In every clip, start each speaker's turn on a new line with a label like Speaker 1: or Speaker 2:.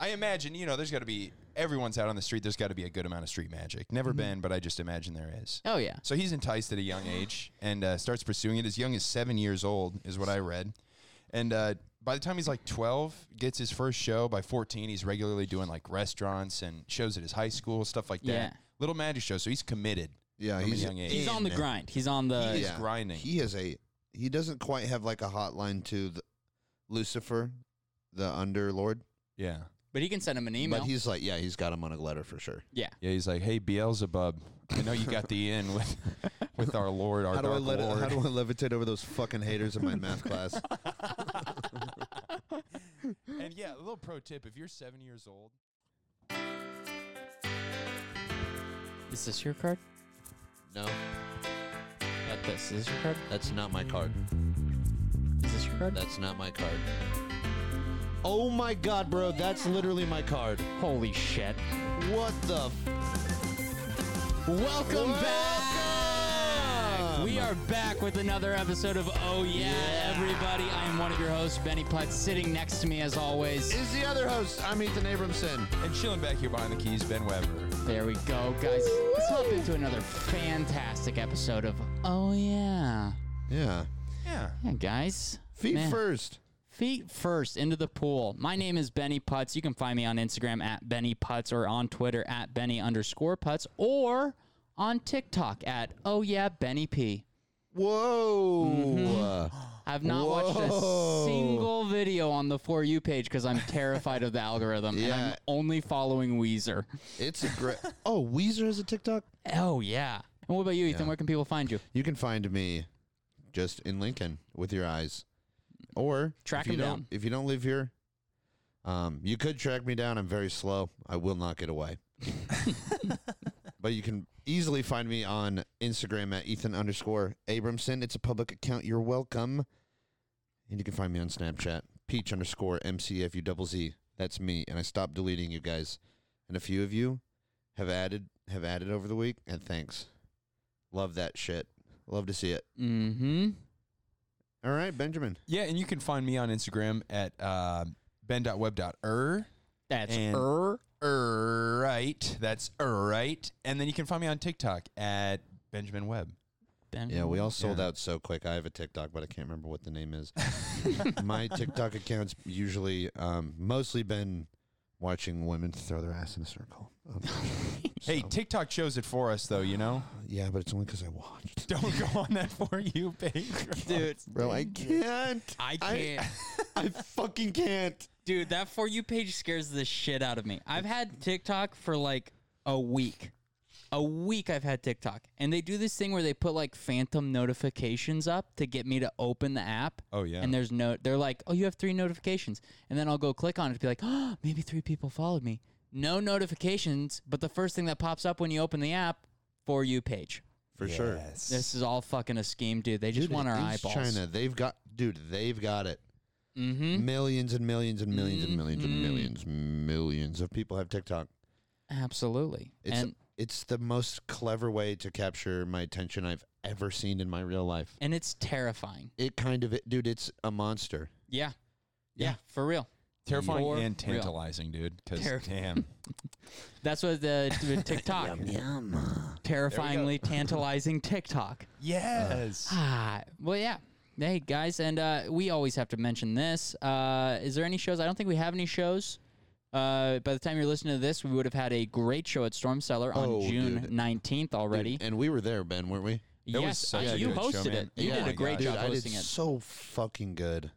Speaker 1: I imagine, you know, there's got to be everyone's out on the street. There's got to be a good amount of street magic. Never been, but I just imagine there is.
Speaker 2: Oh yeah.
Speaker 1: So he's enticed at a young age and uh, starts pursuing it as young as seven years old, is what I read. And uh, by the time he's like 12, gets his first show. By 14, he's regularly doing like restaurants and shows at his high school, stuff like that.
Speaker 2: Yeah.
Speaker 1: Little magic show. So he's committed.
Speaker 3: Yeah,
Speaker 1: from
Speaker 3: he's-
Speaker 1: a young age.
Speaker 2: He's on the
Speaker 3: man.
Speaker 2: grind. He's on the.
Speaker 1: He is grinding.
Speaker 3: He is a he doesn't quite have like a hotline to the Lucifer, the underlord,
Speaker 1: yeah.
Speaker 2: But he can send him an email.
Speaker 3: but he's like, yeah, he's got him on a letter for sure.
Speaker 2: yeah.
Speaker 1: Yeah, he's like, hey, Beelzebub, I know you got the in with with our Lord, our
Speaker 3: How do I
Speaker 1: dark
Speaker 3: let
Speaker 1: Lord.
Speaker 3: it, how do I levitate over those fucking haters in my math class?
Speaker 1: and yeah, a little pro tip: if you're seven years old,
Speaker 2: Is this your card?
Speaker 3: No,
Speaker 2: Not this. Is this your card?
Speaker 3: that's not my card.
Speaker 2: Is this your card?
Speaker 3: That's not my card. Oh my god, bro, that's literally my card.
Speaker 2: Holy shit.
Speaker 3: What the f-
Speaker 2: Welcome, back!
Speaker 3: Welcome!
Speaker 2: We are back with another episode of Oh Yeah, Everybody. I am one of your hosts, Benny Putt, sitting next to me as always.
Speaker 3: is the other host? I'm Ethan Abramson.
Speaker 1: and chilling back here behind the keys, Ben Weber.
Speaker 2: There we go, guys. Let's hop into another fantastic episode of Oh Yeah.
Speaker 3: Yeah.
Speaker 1: Yeah,
Speaker 2: Yeah, guys.
Speaker 3: Feet
Speaker 2: Man.
Speaker 3: first.
Speaker 2: Feet first into the pool. My name is Benny Putz. You can find me on Instagram at Benny Putz or on Twitter at Benny underscore Putz or on TikTok at Oh Yeah Benny P.
Speaker 3: Whoa.
Speaker 2: I've not watched a
Speaker 3: Whoa.
Speaker 2: single video on the For You page because I'm terrified of the algorithm and I'm
Speaker 3: Yeah.
Speaker 2: only following Weezer.
Speaker 3: It's a great. oh, Weezer has a TikTok?
Speaker 2: Oh, yeah. And what about you, Ethan? Where can people find you?
Speaker 3: You can find me just in Lincoln with your eyes, or
Speaker 2: Track
Speaker 3: if you
Speaker 2: him
Speaker 3: don't-
Speaker 2: down.
Speaker 3: If you don't live here, um, you could track me down. I'm very slow. I will not get away. but you can easily find me on Instagram at Ethan underscore Abramson. It's a public account. You're welcome. And you can find me on Snapchat, peach underscore MCFU double Z. That's me. And I stopped deleting you guys. And a few of you have added have added over the week. And thanks. Love that shit. Love to see it.
Speaker 2: Mm hmm.
Speaker 3: All right, Benjamin.
Speaker 1: yeah, and you can find me on Instagram at uh, ben.web.er.
Speaker 2: That's
Speaker 1: And-
Speaker 2: er.
Speaker 1: Er, right, that's er, right, and then you can find me on TikTok at Benjamin Webb.
Speaker 2: Ben.
Speaker 3: Yeah, we all sold out so quick. I have a TikTok, but I can't remember what the name is. My TikTok account's usually um, mostly been watching women throw their ass in a circle. Um,
Speaker 1: Hey, TikTok shows it for us though, you know.
Speaker 3: yeah, but it's only because I watched.
Speaker 1: Don't go on that for you page,
Speaker 2: Dude,
Speaker 3: Bro, I can't.
Speaker 2: I
Speaker 3: I-
Speaker 2: can't.
Speaker 3: I fucking can't.
Speaker 2: Dude, that For You page scares the shit out of me. I've had TikTok for like a week. A week I've had TikTok. And they do this thing where they put like phantom notifications up to get me to open the app.
Speaker 1: Oh, yeah.
Speaker 2: And there's no, they're like, oh, you have three notifications. And then I'll go click on it to be like, oh, maybe three people followed me. No notifications, but the first thing that pops up when you open the app, For You page.
Speaker 3: For sure.
Speaker 1: Yes.
Speaker 2: This is all fucking a scheme, dude. They just
Speaker 3: Dude,
Speaker 2: want our
Speaker 3: East
Speaker 2: eyeballs.
Speaker 3: China, they've got, dude, they've got it. Mm-hmm. Millions and millions and 1000000s and millions
Speaker 2: Mm-hmm.
Speaker 3: and millions, millions of people have TikTok.
Speaker 2: Absolutely.
Speaker 3: It's
Speaker 2: and
Speaker 3: it's the most clever way to capture my attention I've ever seen in my real life.
Speaker 2: and it's terrifying.
Speaker 3: It kind of dude, it's a monster.
Speaker 2: Yeah. Yeah, for real.
Speaker 1: terrifying
Speaker 2: For
Speaker 1: and
Speaker 2: real.
Speaker 1: tantalizing, dude. Because
Speaker 2: Terri-
Speaker 1: damn,
Speaker 2: That's what the the TikTok. Terrifyingly tantalizing TikTok.
Speaker 1: yes.
Speaker 2: Ah, well, yeah. Hey guys, and uh, we always have to mention this. Uh, is there any shows? I don't think we have any shows. Uh, by the time you're listening to this, we would have had a great show at Storm Cellar on
Speaker 3: Oh,
Speaker 2: June
Speaker 3: dude.
Speaker 2: 19th already.
Speaker 3: And we were there, Ben, weren't we?
Speaker 1: That was
Speaker 2: yes,
Speaker 1: such
Speaker 2: I-
Speaker 1: a
Speaker 2: you
Speaker 1: good show,
Speaker 2: hosted
Speaker 1: man.
Speaker 2: it. You
Speaker 1: Yeah,
Speaker 2: did
Speaker 1: my
Speaker 2: a great
Speaker 1: gosh.
Speaker 2: job
Speaker 3: Dude, I did
Speaker 2: hosting it,
Speaker 3: so fucking good.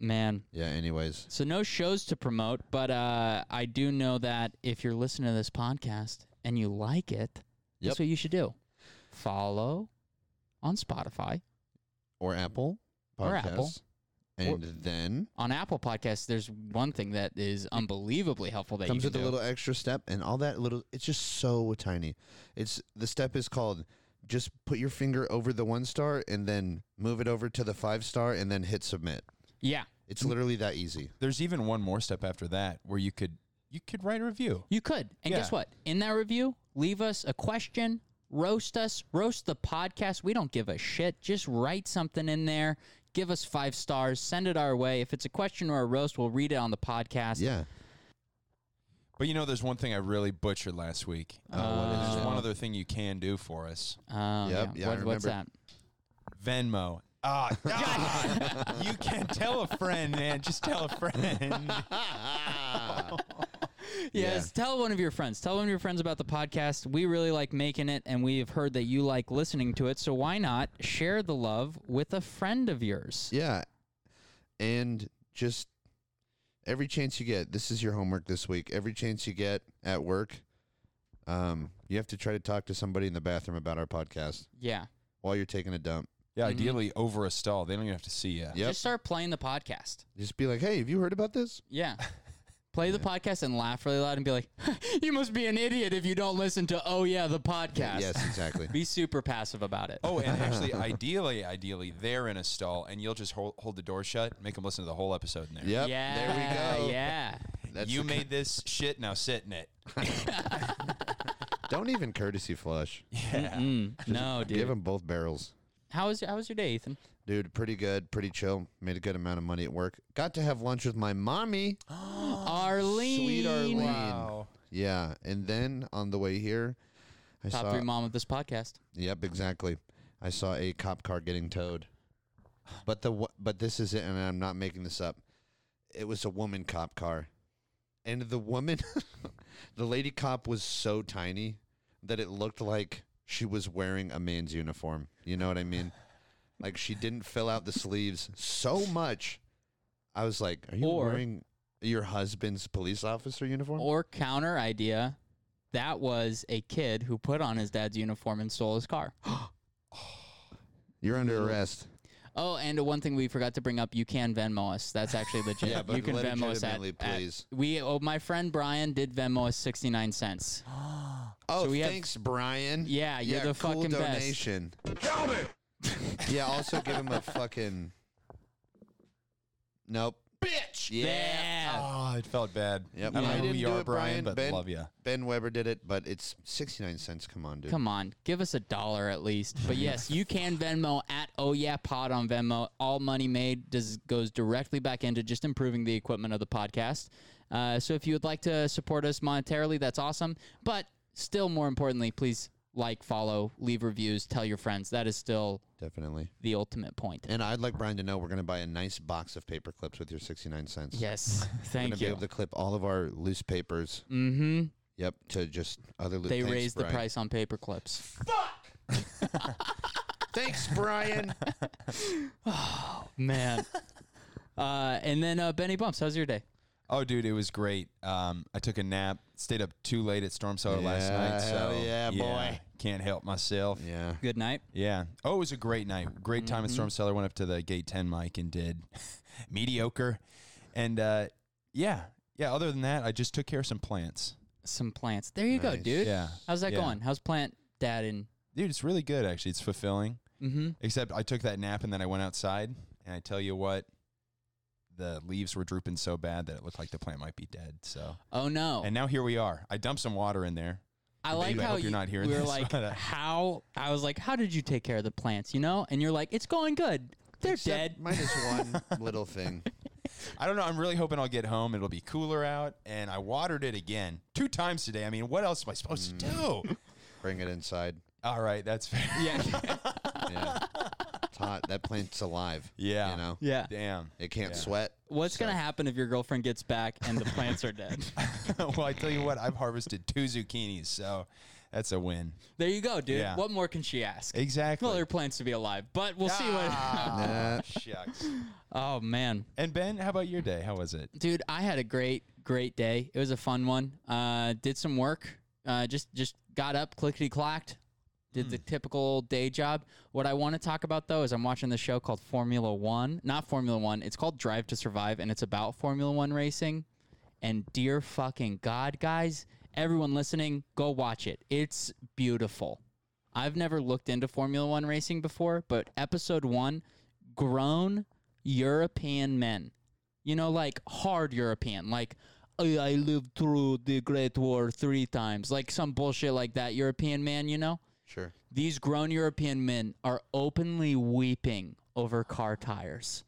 Speaker 2: man.
Speaker 3: Yeah, anyways.
Speaker 2: So no shows to promote, but uh, I do know that if you're listening to this podcast and you like it,
Speaker 3: Yep.
Speaker 2: that's what you should do. Follow on Spotify.
Speaker 3: Or Apple podcasts.
Speaker 2: Or Apple.
Speaker 3: And then
Speaker 2: On Apple Podcasts, there's one thing that is unbelievably helpful that
Speaker 3: comes
Speaker 2: you
Speaker 3: with
Speaker 2: can
Speaker 3: a
Speaker 2: do.
Speaker 3: little extra step and all that little it's just so tiny. It's the step is called just put your finger over the one star and then move it over to the five star and then hit submit.
Speaker 2: yeah,
Speaker 3: It's literally that easy.
Speaker 1: There's even one more step after that where you could you could write a review.
Speaker 2: you could. And guess
Speaker 1: Yeah.
Speaker 2: what? In that review, leave us a question, roast us, roast the podcast. We don't give a shit. Just write something in there. Give us five stars. Send it our way. If it's a question or a roast, we'll read it on the podcast.
Speaker 3: Yeah.
Speaker 1: But you know, there's one thing I really butchered last week. uh,
Speaker 2: Oh, what is
Speaker 1: there's
Speaker 3: Uh.
Speaker 2: it?
Speaker 1: one other thing you can do for us.
Speaker 2: Um,
Speaker 3: Yep,
Speaker 2: yeah.
Speaker 3: yeah, I
Speaker 2: What- what's that?
Speaker 3: remember.
Speaker 1: Venmo. Ah, God. you can tell a friend, man. Just tell a friend.
Speaker 2: Yes. Tell one of your friends. Tell one of your friends about the podcast. We really like making it, and we have heard that you like listening to it. So why not share the love with a friend of yours?
Speaker 3: Yeah. And just every chance you get, this is your homework this week. Every chance you get at work, um, you have to try to talk to somebody in the bathroom about our podcast
Speaker 2: Yeah.
Speaker 3: while you're taking a dump.
Speaker 1: Yeah, ideally over a stall. They don't even have to see you.
Speaker 3: Yep.
Speaker 2: Just start playing the podcast.
Speaker 3: Just be like, hey, have you heard about this?
Speaker 2: Yeah. Play the podcast and laugh really loud and be like, you must be an idiot if you don't listen to Oh Yeah, the podcast.
Speaker 3: Yes, exactly.
Speaker 2: Be super passive about it.
Speaker 1: Oh, and actually, ideally, ideally, they're in a stall, and you'll just hold, hold the door shut, make them listen to the whole episode in there.
Speaker 3: yep.
Speaker 2: yeah.
Speaker 3: There we go.
Speaker 2: Yeah.
Speaker 3: That's
Speaker 1: you
Speaker 3: the ki-
Speaker 1: made this shit, now sit in it.
Speaker 3: don't even courtesy flush. Mm-hmm.
Speaker 1: Yeah.
Speaker 2: Mm, no, dude.
Speaker 3: Give them both barrels.
Speaker 2: How was your, how was your day, Ethan?
Speaker 3: Dude, pretty good, pretty chill. Made a good amount of money at work. Got to have lunch with my mommy.
Speaker 2: Arlene.
Speaker 3: Oh, Sweet Arlene.
Speaker 1: Wow.
Speaker 3: Yeah. And then on the way here, I
Speaker 2: Top
Speaker 3: saw
Speaker 2: three mom of this podcast.
Speaker 3: Yep, exactly. I saw a cop car getting towed. But the wo- but this is it, and I'm not making this up. It was a woman cop car, and the woman, the lady cop was so tiny that it looked like she was wearing a man's uniform. You know what I mean? Like she didn't fill out the sleeves so much. I was like, "Are you
Speaker 2: Or-
Speaker 3: wearing your husband's police officer uniform?"
Speaker 2: Or counter idea. That was a kid who put on his dad's uniform and stole his car.
Speaker 3: You're under arrest.
Speaker 2: Oh, and one thing we forgot to bring up: you can Venmo us. That's actually legit.
Speaker 3: Yeah, but
Speaker 2: you can Venmo us at,
Speaker 3: legitimately,
Speaker 2: at-
Speaker 3: please.
Speaker 2: we. Oh, my friend Brian did Venmo us sixty nine cents.
Speaker 3: Oh,
Speaker 2: So we have-
Speaker 3: thanks, Brian.
Speaker 2: Yeah, you're the
Speaker 3: cool
Speaker 2: fucking best.
Speaker 3: donation. yeah, also give him a fucking. Nope. Bitch. Yeah.
Speaker 1: Oh, it felt bad.
Speaker 3: Yep.
Speaker 1: I don't
Speaker 3: I
Speaker 1: know who
Speaker 3: didn't
Speaker 1: you
Speaker 3: do
Speaker 1: are,
Speaker 3: it,
Speaker 1: Brian,
Speaker 3: Brian.
Speaker 1: but
Speaker 3: Ben-
Speaker 1: love you.
Speaker 3: Ben Weber did it, but it's sixty nine cents. Come on, dude.
Speaker 2: Come on, give us a dollar at least. But yes, you can Venmo at Oh Yeah Pod on Venmo. All money made does goes directly back into just improving the equipment of the podcast. Uh, so if you would like to support us monetarily, that's awesome. But still, more importantly, please like, follow, leave reviews, tell your friends. That is still
Speaker 3: Definitely.
Speaker 2: the ultimate point.
Speaker 3: And I'd like Brian to know we're gonna buy a nice box of paper clips with your sixty nine cents.
Speaker 2: Yes,
Speaker 3: We're
Speaker 2: thank
Speaker 3: gonna be
Speaker 2: you.
Speaker 3: able to clip all of our loose papers.
Speaker 2: Mm-hmm.
Speaker 3: Yep. To just other loose.
Speaker 2: They
Speaker 3: Thanks,
Speaker 2: raised
Speaker 3: Brian.
Speaker 2: the price on paper clips.
Speaker 3: Thanks, Brian.
Speaker 2: Man. uh, and then uh, Benny Bumps, how's your day?
Speaker 1: Oh, dude, it was great. Um, I took a nap, stayed up too late at Storm Cellar last
Speaker 3: Yeah,
Speaker 1: night. So
Speaker 3: hell yeah, boy.
Speaker 1: can't help myself. Yeah.
Speaker 3: yeah. Mm-hmm.
Speaker 2: Good night.
Speaker 1: Oh, it was a great night. Great time at Storm Cellar. Went up to the gate ten mic and did mediocre, and uh, yeah, yeah. Other than that, I just took care of some plants.
Speaker 2: Some plants. There you go,
Speaker 3: Nice.
Speaker 2: dude.
Speaker 1: Yeah.
Speaker 2: How's that
Speaker 1: Yeah.
Speaker 2: going? How's plant dad and
Speaker 1: Dude, it's really good actually. It's fulfilling.
Speaker 2: mm-hmm.
Speaker 1: Except I took that nap and then I went outside, and I tell you what, the leaves were drooping so bad that it looked like the plant might be dead. So,
Speaker 2: Oh no.
Speaker 1: and now here we are. I dumped some water in there.
Speaker 2: I like
Speaker 1: babe, I
Speaker 2: how
Speaker 1: hope you're
Speaker 2: you-
Speaker 1: not hearing
Speaker 2: we were
Speaker 1: this,
Speaker 2: like
Speaker 1: but, uh,
Speaker 2: how I was like, How did you take care of the plants? You know? And you're like, It's going good. They're
Speaker 3: Except
Speaker 2: dead.
Speaker 3: Minus one little thing.
Speaker 1: I don't know. I'm really hoping I'll get home. It'll be cooler out, and I watered it again two times today. I mean, what else am I supposed to
Speaker 2: Mm.
Speaker 1: do?
Speaker 3: Bring it inside.
Speaker 1: All right, that's fair.
Speaker 2: yeah.
Speaker 3: Yeah. It's hot. That plant's alive.
Speaker 1: Yeah.
Speaker 3: You know?
Speaker 2: yeah.
Speaker 1: Damn.
Speaker 3: It can't sweat.
Speaker 2: What's gonna happen if your girlfriend gets back and the plants are dead?
Speaker 1: well, I tell you what, I've harvested two zucchinis, so that's a win.
Speaker 2: There you go, dude.
Speaker 1: Yeah.
Speaker 2: What more can she ask?
Speaker 1: Exactly.
Speaker 2: Well, their plans to be alive, but we'll see what.
Speaker 1: Ah, shucks.
Speaker 2: Oh man,
Speaker 1: And Ben, how about your day? How was it?
Speaker 2: dude, I had a great, great day. It was a fun one. Uh, did some work. Uh, just, just got up, clickety clacked. Did the typical day job. What I want to talk about though is I'm watching the show called Formula One. Not Formula One. It's called Drive to Survive, and it's about Formula One racing. And dear fucking god, guys, everyone listening, go watch it. It's beautiful. I've never looked into Formula One racing before, but episode one, grown European men. You know, like hard European, like I, I lived through the Great War three times, like some bullshit like that. European man, you know?
Speaker 3: Sure.
Speaker 2: These grown European men are openly weeping over car tires.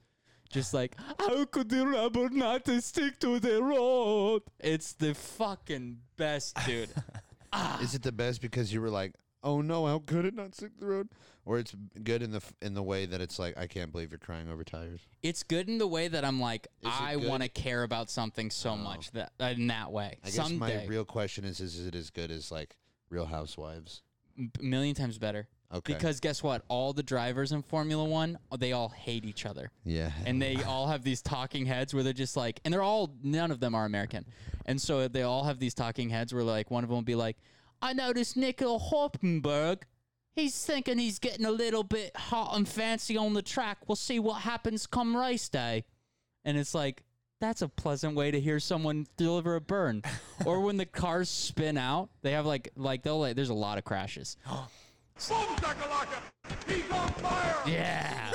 Speaker 2: Just like how could the rubber not stick to the road? It's the fucking best, dude.
Speaker 3: Is it the best because you were like, "Oh no, how could it not stick to the road?" Or it's good in the f- in the way that it's like, "I can't believe you're crying over tires."
Speaker 2: it's good in the way that I'm like
Speaker 3: it
Speaker 2: I
Speaker 3: good? Oh.
Speaker 2: want to care about something so much that in that way.
Speaker 3: I guess
Speaker 2: Someday,
Speaker 3: my real question is: Is it as good as like Real Housewives?
Speaker 2: m- million times better.
Speaker 3: Okay.
Speaker 2: Because guess what? All the drivers in Formula One, uh, they all hate each other.
Speaker 3: Yeah.
Speaker 2: and they all have these talking heads where they're just like, and they're all none of them are American, and so they all have these talking heads where like one of them will be like, I noticed Nico Hulkenberg, he's thinking he's getting a little bit hot and fancy on the track. We'll see what happens come race day, and it's like. That's a pleasant way to hear someone deliver a burn. or when the cars spin out, they have like like they'll like there's a lot of crashes.
Speaker 4: Boom, Dakalaka! He's on fire!
Speaker 2: Yeah.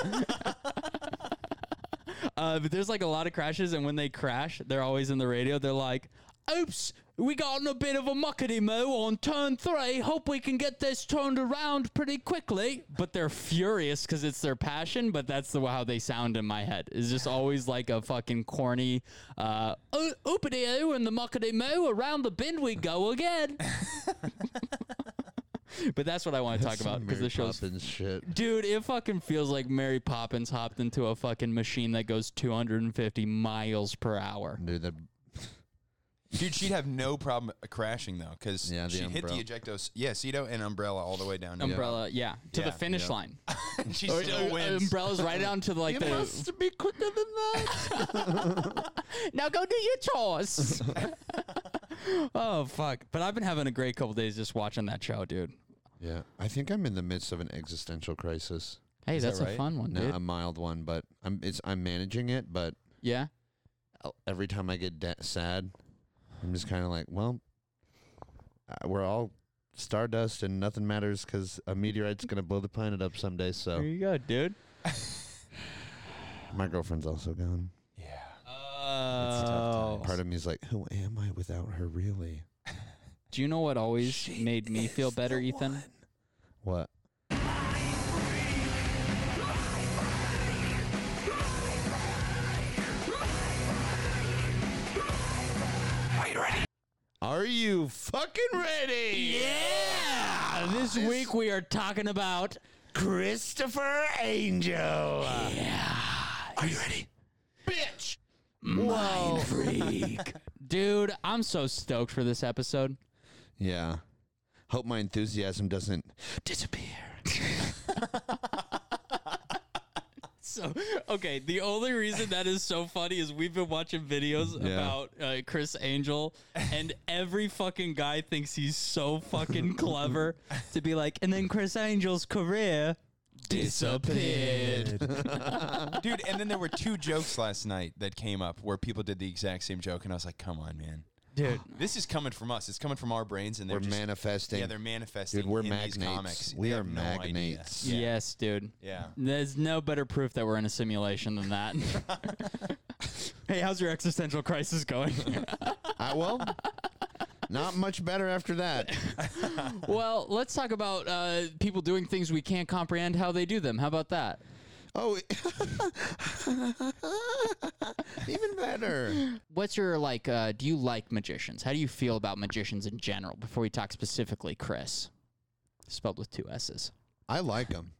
Speaker 2: uh, but there's like a lot of crashes, and when they crash, they're always in the radio. They're like, "Oops, we got in a bit of a muckety moo on turn three. Hope we can get this turned around pretty quickly." But they're furious because it's their passion. But that's the how they sound in my head. It's just always like a fucking corny, uh, "Oo- oopity oo and the muckety moo. Around the bend we go again. but that's what I want to talk about because the show's
Speaker 3: and shit.
Speaker 2: Dude, it fucking feels like Mary Poppins hopped into a fucking machine that goes 250 miles per hour.
Speaker 3: Dude, that
Speaker 1: Dude, she'd have no problem crashing though, because
Speaker 3: Yeah, the
Speaker 1: she hit
Speaker 3: umbrella.
Speaker 1: the ejectos, yeah, Cedo and umbrella all the way down.
Speaker 2: Umbrella, yeah, to the
Speaker 1: Yeah,
Speaker 2: finish
Speaker 1: yeah.
Speaker 2: line.
Speaker 1: she
Speaker 2: Or-
Speaker 1: still
Speaker 2: or- uh,
Speaker 1: wins.
Speaker 2: Umbrella's right down to like the.
Speaker 3: be quicker than that.
Speaker 2: Now go do your chores. oh fuck! But I've been having a great couple days just watching that show, dude.
Speaker 3: yeah, I think I'm in the midst of an existential crisis.
Speaker 2: Hey,
Speaker 1: that
Speaker 2: that's a
Speaker 1: right?
Speaker 2: fun one,
Speaker 3: No,
Speaker 2: dude.
Speaker 3: a mild one, but I'm it's I'm managing it. But
Speaker 2: yeah.
Speaker 3: every time I get da- sad, I'm just kind of like, well, uh, we're all stardust and nothing matters because a meteorite's gonna blow the planet up someday. So
Speaker 2: you go, dude.
Speaker 3: my girlfriend's also gone.
Speaker 1: yeah.
Speaker 2: Oh.
Speaker 3: Part of me's like, who am I without her? Really?
Speaker 2: Do you know what always made me feel better, Ethan?
Speaker 3: What? Are you fucking ready?
Speaker 2: Yeah! This
Speaker 3: This-
Speaker 2: week we are talking about
Speaker 3: Christopher Angel.
Speaker 2: Are you ready?
Speaker 3: Bitch.
Speaker 2: Mind freak. Dude, I'm so stoked for this episode.
Speaker 3: Yeah. Hope my enthusiasm doesn't disappear.
Speaker 2: So, okay, the only reason that is so funny is we've been watching videos
Speaker 3: Yeah.
Speaker 2: about uh, Chris Angel, and every fucking guy thinks he's so fucking clever to be like, and then Chris Angel's career disappeared.
Speaker 1: Dude, and then there were two jokes last night that came up where people did the exact same joke, and I was like, come on, man.
Speaker 2: Dude,
Speaker 1: This is coming from us. It's coming from our brains, and they're
Speaker 3: We're
Speaker 1: just-
Speaker 3: manifesting.
Speaker 1: Yeah, they're manifesting.
Speaker 3: Dude, we're
Speaker 1: in These
Speaker 3: magnates.
Speaker 1: comics.
Speaker 3: We
Speaker 1: They
Speaker 3: are
Speaker 1: have no idea.
Speaker 3: magnates.
Speaker 1: Yeah.
Speaker 2: yes, dude.
Speaker 1: Yeah.
Speaker 2: There's no better proof that we're in a simulation than that. hey, how's your existential crisis going?
Speaker 3: I, well, not much better after that.
Speaker 2: well, let's talk about uh, people doing things we can't comprehend how they do them. How about that?
Speaker 3: Oh, even better.
Speaker 2: What's your like? Uh, do you like magicians? How do you feel about magicians in general? Before we talk specifically, Chris, spelled with two s's.
Speaker 3: I like them.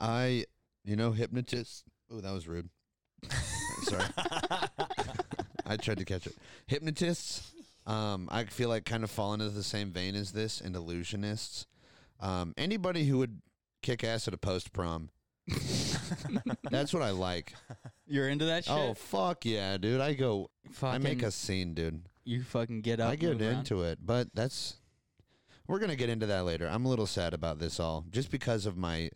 Speaker 3: I, you know, hypnotist. Oh, that was rude. Sorry. I tried to catch it. Hypnotists. Um, I feel like kind of fall into the same vein as this and illusionists. Um, anybody who would kick ass at a post prom. That's what I like.
Speaker 2: You're into that shit.
Speaker 3: Oh fuck yeah, dude! I go.
Speaker 2: fucking,
Speaker 3: I make a scene, dude.
Speaker 2: You fucking get up.
Speaker 3: I get
Speaker 2: move around.
Speaker 3: into it, but that's we're gonna get into that later. I'm a little sad about this all, just because of my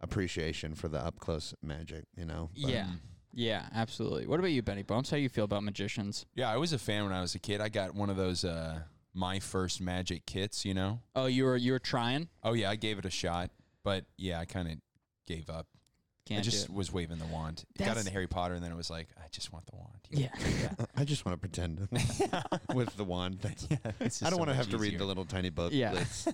Speaker 3: appreciation for the up close magic. You know, But
Speaker 2: Yeah, yeah, absolutely. What about you, Benny Bumps? How do you feel about magicians?
Speaker 1: Yeah, I was a fan when I was a kid. I got one of those uh, my first magic kits, you know.
Speaker 2: Oh, you were you were trying.
Speaker 1: Oh yeah, I gave it a shot, but yeah, I kind of gave up. I
Speaker 2: Can't
Speaker 1: just
Speaker 2: do
Speaker 1: was waving the wand. It got
Speaker 2: That's-
Speaker 1: into Harry Potter, and then it was like, I just want the wand.
Speaker 2: it. Yeah.
Speaker 3: I just want to pretend with the wand. That's- I don't want to have to read the little tiny book.
Speaker 2: Yeah.
Speaker 3: that's-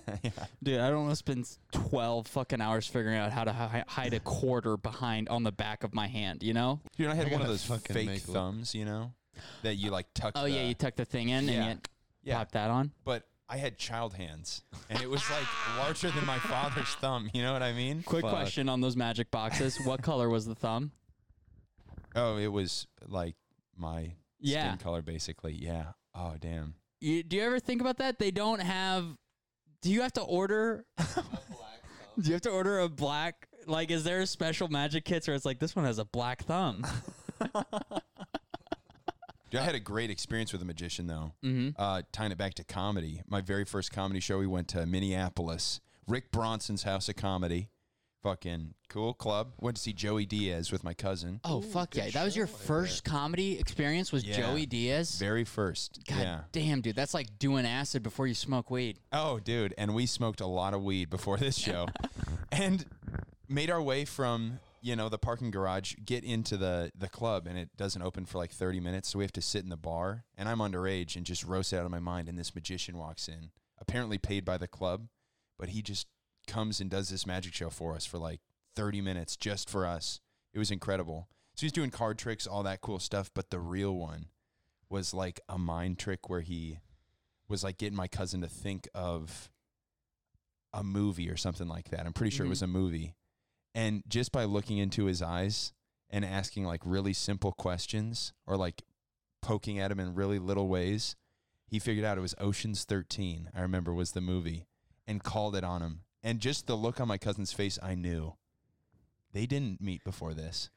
Speaker 2: Dude, I don't want to spend 12 fucking hours figuring out how to hi- hide a quarter behind on the back of my hand, you know?
Speaker 1: Dude, I had
Speaker 3: I
Speaker 1: one of
Speaker 3: gotta
Speaker 1: those
Speaker 3: fucking
Speaker 1: fake
Speaker 3: make a-
Speaker 1: thumbs, you know, that you like tuck.
Speaker 2: Oh, yeah,
Speaker 1: the-
Speaker 2: you tuck the thing in
Speaker 1: Yeah.
Speaker 2: and you
Speaker 1: yeah.
Speaker 2: pop that on.
Speaker 1: But I had child hands, and it was like larger than my father's thumb. You know what I mean?
Speaker 2: Quick
Speaker 3: Fuck.
Speaker 2: question on those magic boxes. what color was the thumb?
Speaker 1: Oh, it was like my
Speaker 2: Yeah.
Speaker 1: skin color, basically. Yeah. Oh, damn.
Speaker 2: You, do you ever think about that? They don't have. Do you have to order? do you have to order a black? Like, is there special magic kits where it's like this one has a black thumb?
Speaker 1: Dude, I had a great experience with a magician, though.
Speaker 2: mm-hmm.
Speaker 1: uh, tying it back to comedy, my very first comedy show, we went to Minneapolis, Rick Bronson's House of Comedy. Fucking cool club. Went to see Joey Diaz with my cousin.
Speaker 2: Oh fuck yeah! That was your first comedy experience. Was
Speaker 1: Yeah.
Speaker 2: Joey Diaz?
Speaker 1: Very first.
Speaker 2: God
Speaker 1: Yeah.
Speaker 2: damn, dude, that's like doing acid before you smoke weed.
Speaker 1: Oh, dude. And we smoked a lot of weed before this show and made our way from, you know, the parking garage, get into the, the club, and it doesn't open for like 30 minutes. So we have to sit in the bar. And I'm underage and just roasted out of my mind. And this magician walks in, apparently paid by the club, but he just comes and does this magic show for us for like 30 minutes just for us. It was incredible. So he's doing card tricks, all that cool stuff. But the real one was like a mind trick where he was like getting my cousin to think of a movie or something like that. I'm pretty sure it
Speaker 2: Mhm.
Speaker 3: Mm-hmm.
Speaker 1: was a movie. And just by looking into his eyes and asking like really simple questions or like poking at him in really little ways, he figured out it was Ocean's 13, I remember was the movie, and called it on him. And just the look on my cousin's face, I knew they didn't meet before this.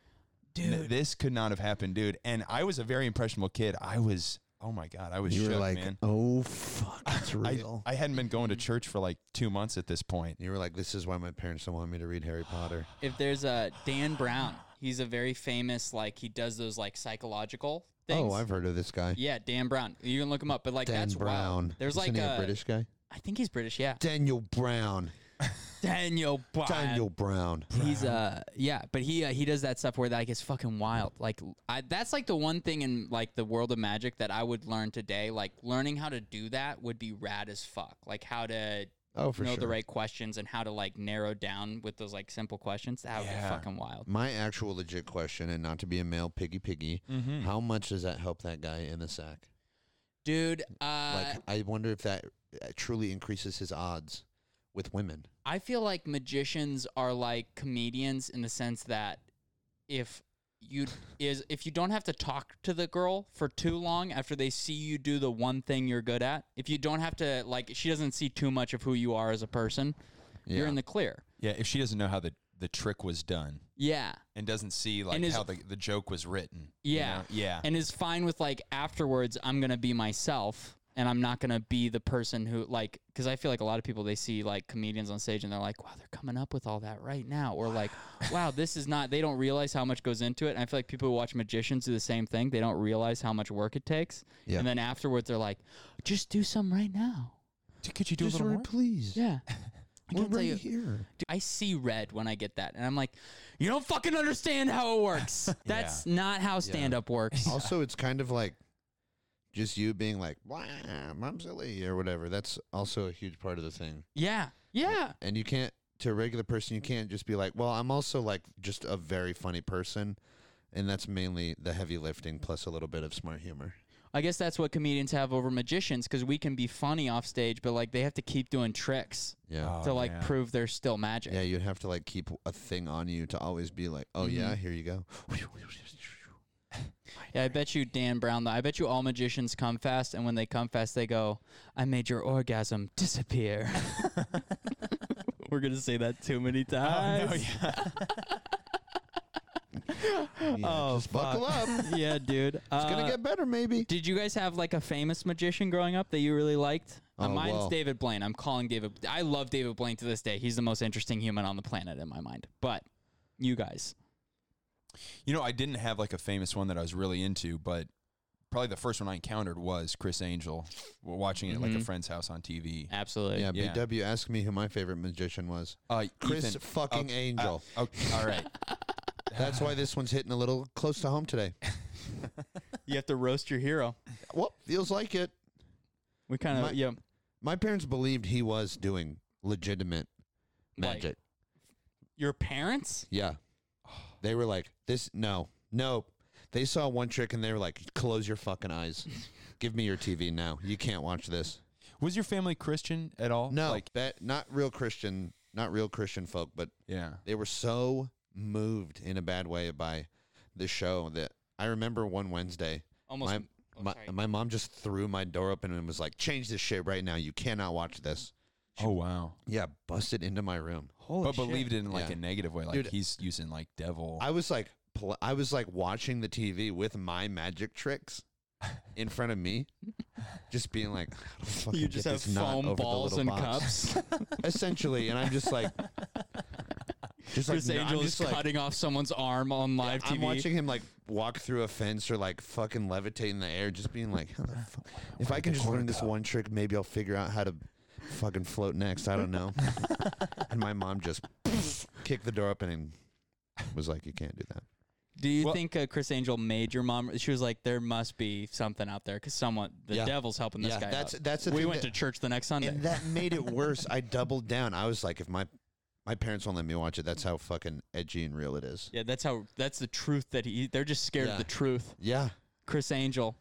Speaker 1: N- this could not have happened, dude. And I was a very impressionable kid. I was, oh my God, I was
Speaker 3: you were
Speaker 1: shook,
Speaker 3: like,
Speaker 1: man.
Speaker 3: oh fuck, it's
Speaker 1: I,
Speaker 3: real.
Speaker 1: I hadn't been going to church for like two months at this point.
Speaker 3: you were like, this is why my parents don't want me to read Harry Potter. Oh,
Speaker 2: If there's a Dan Brown, he's a very famous like he does those like psychological things.
Speaker 3: Oh, I've heard of this guy.
Speaker 2: yeah, Dan Brown. You can look him up, but like
Speaker 3: Dan
Speaker 2: that's
Speaker 3: Brown.
Speaker 2: wild. There's
Speaker 3: Isn't
Speaker 2: like
Speaker 3: he
Speaker 2: a,
Speaker 3: a British guy.
Speaker 2: I think he's British. Yeah,
Speaker 3: Daniel Brown.
Speaker 2: Daniel Brown.
Speaker 3: Daniel Brown.
Speaker 2: He's uh yeah, but he uh, he does that stuff where like it's fucking wild. Like I, that's like the one thing in like the world of magic that I would learn today. Like learning how to do that would be rad as fuck. Like how to
Speaker 3: Oh, for
Speaker 2: know
Speaker 3: sure.
Speaker 2: the right questions and how to like narrow down with those like simple questions. That would
Speaker 1: Yeah.
Speaker 2: be fucking wild.
Speaker 3: My actual legit question, and not to be a male piggy piggy,
Speaker 1: Hmm.
Speaker 2: Mm-hmm.
Speaker 3: how much does that help that guy in the sack?
Speaker 2: Dude, uh
Speaker 3: Like, I wonder if that uh, truly increases his odds with women.
Speaker 2: I feel like magicians are like comedians in the sense that if you is if you don't have to talk to the girl for too long after they see you do the one thing you're good at, if you don't have to like she doesn't see too much of who you are as a person, you're
Speaker 3: Yeah.
Speaker 2: in the clear.
Speaker 1: Yeah, if she doesn't know how the, the trick was done
Speaker 2: Yeah.
Speaker 1: and doesn't see like
Speaker 2: And is-
Speaker 1: how the, the joke was written. you
Speaker 2: Yeah.
Speaker 1: know? Yeah.
Speaker 2: and is fine with like afterwards i'm gonna be myself and i'm not gonna be the person who like because i feel like a lot of people they see like comedians on stage and they're like wow they're coming up with all that right now or like wow this is not they don't realize how much goes into it and i feel like people who watch magicians do the same thing they don't realize how much work it takes
Speaker 3: Yeah.
Speaker 2: and then afterwards they're like just do some right now
Speaker 1: D- Could you do a little more?
Speaker 3: please.
Speaker 2: yeah I
Speaker 3: We're
Speaker 2: can tell
Speaker 3: right
Speaker 2: you,
Speaker 3: here.
Speaker 2: Dude, I see red when I get that, and I'm like, you don't fucking understand how it works. That's not how stand up works.
Speaker 3: Also, it's kind of like just you being like, "Wah, I'm silly," or whatever. That's also a huge part of the thing.
Speaker 2: yeah, yeah.
Speaker 3: And you can't, to a regular person, you can't just be like, "Well, I'm also like just a very funny person," and that's mainly the heavy lifting plus a little bit of smart humor.
Speaker 2: I guess that's what comedians have over magicians because we can be funny off stage, but like they have to keep doing tricks
Speaker 3: Yeah.
Speaker 1: Oh,
Speaker 2: to like
Speaker 1: yeah.
Speaker 2: prove they're still magic.
Speaker 3: Yeah, you'd have to like keep a thing on you to always be like, "Oh
Speaker 2: Mm-hmm.
Speaker 3: yeah, here you go."
Speaker 2: Yeah, I bet you Dan Brown though. I bet you all magicians come fast, and when they come fast, they go, "I made your orgasm disappear." We're gonna say that too many
Speaker 3: Oh,
Speaker 2: times.
Speaker 3: Yeah,
Speaker 2: Oh,
Speaker 3: just buckle up. It's
Speaker 2: yeah. dude. Uh,
Speaker 3: gonna get better, maybe.
Speaker 2: did you guys have like a famous magician growing up that you really liked? Uh,
Speaker 3: Oh,
Speaker 2: mine's
Speaker 3: well.
Speaker 2: David Blaine. I'm calling David. I love David Blaine to this day. He's the most interesting human on the planet in my mind. But you guys.
Speaker 1: You know, I didn't have like a famous one that I was really into, but probably the first one I encountered was Chris Angel w- watching it at like a
Speaker 2: Mhm.
Speaker 1: friend's house on TV.
Speaker 2: Absolutely.
Speaker 3: Yeah,
Speaker 1: Yeah.
Speaker 3: BW asked me who my favorite magician was.
Speaker 1: Uh,
Speaker 3: Chris
Speaker 1: Ethan-
Speaker 3: fucking
Speaker 1: oh,
Speaker 3: Angel.
Speaker 1: uh, okay, all right.
Speaker 3: That's why this one's hitting a little close to home today.
Speaker 2: You have to roast your hero.
Speaker 3: Well, feels like it.
Speaker 2: We kind
Speaker 3: My-
Speaker 2: of yeah.
Speaker 3: My parents believed he was doing legitimate
Speaker 2: Like-
Speaker 3: magic.
Speaker 2: Your parents?
Speaker 3: yeah. They were like, this, no, no. They saw one trick and they were like, close your fucking eyes. Give me your TV now. You can't watch this.
Speaker 1: Was your family Christian at all?
Speaker 3: No,
Speaker 1: Like,
Speaker 3: that not real Christian, not real Christian folk, but
Speaker 1: yeah.
Speaker 3: they were so moved in a bad way by the show that I remember one Wednesday.
Speaker 2: Almost. oh,
Speaker 3: my, my, my mom just threw my door open and was like, change this shit right now. You cannot watch this.
Speaker 1: Oh wow.
Speaker 3: Yeah, busted into my room.
Speaker 2: Holy
Speaker 1: but believed it in like
Speaker 3: Yeah.
Speaker 1: a negative way. Like
Speaker 3: Dude.
Speaker 1: he's using like devil.
Speaker 3: I was like, pl- I was like watching the TV with my magic tricks in front of me, just being like, "How do I fucking
Speaker 2: You just
Speaker 3: get
Speaker 2: have
Speaker 3: this knot over
Speaker 2: foam
Speaker 3: the
Speaker 2: balls
Speaker 3: little
Speaker 2: and
Speaker 3: box?"
Speaker 2: cups.
Speaker 3: essentially. And I'm just like, just like,
Speaker 2: Chris
Speaker 3: no,
Speaker 2: Angel
Speaker 3: I'm
Speaker 2: is
Speaker 3: just like,
Speaker 2: cutting off someone's arm on live TV.
Speaker 3: I'm watching him like walk through a fence or like fucking levitate in the air, just being like, how the fuck? if I can just learn this one trick, maybe I'll figure out how to fucking float next. I don't know. and my mom just kicked the door open and was like, you can't do that.
Speaker 2: Do you
Speaker 1: Well-
Speaker 2: think uh, Chris Angel made your mom? She was like, "There must be something out there because someone, the
Speaker 3: Yeah.
Speaker 2: devil's helping this
Speaker 3: Yeah,
Speaker 2: guy."
Speaker 3: that's-
Speaker 2: out.
Speaker 3: that's the
Speaker 2: we
Speaker 3: thing
Speaker 2: went
Speaker 3: that-
Speaker 2: to church the next Sunday.
Speaker 3: And that made it worse. I doubled down. I was like, if my my parents won't let me watch it, that's how fucking edgy and real it is.
Speaker 2: yeah, that's how. That's the truth that he. They're just scared of
Speaker 3: Yeah.
Speaker 2: the truth.
Speaker 3: Yeah.
Speaker 2: Chris Angel,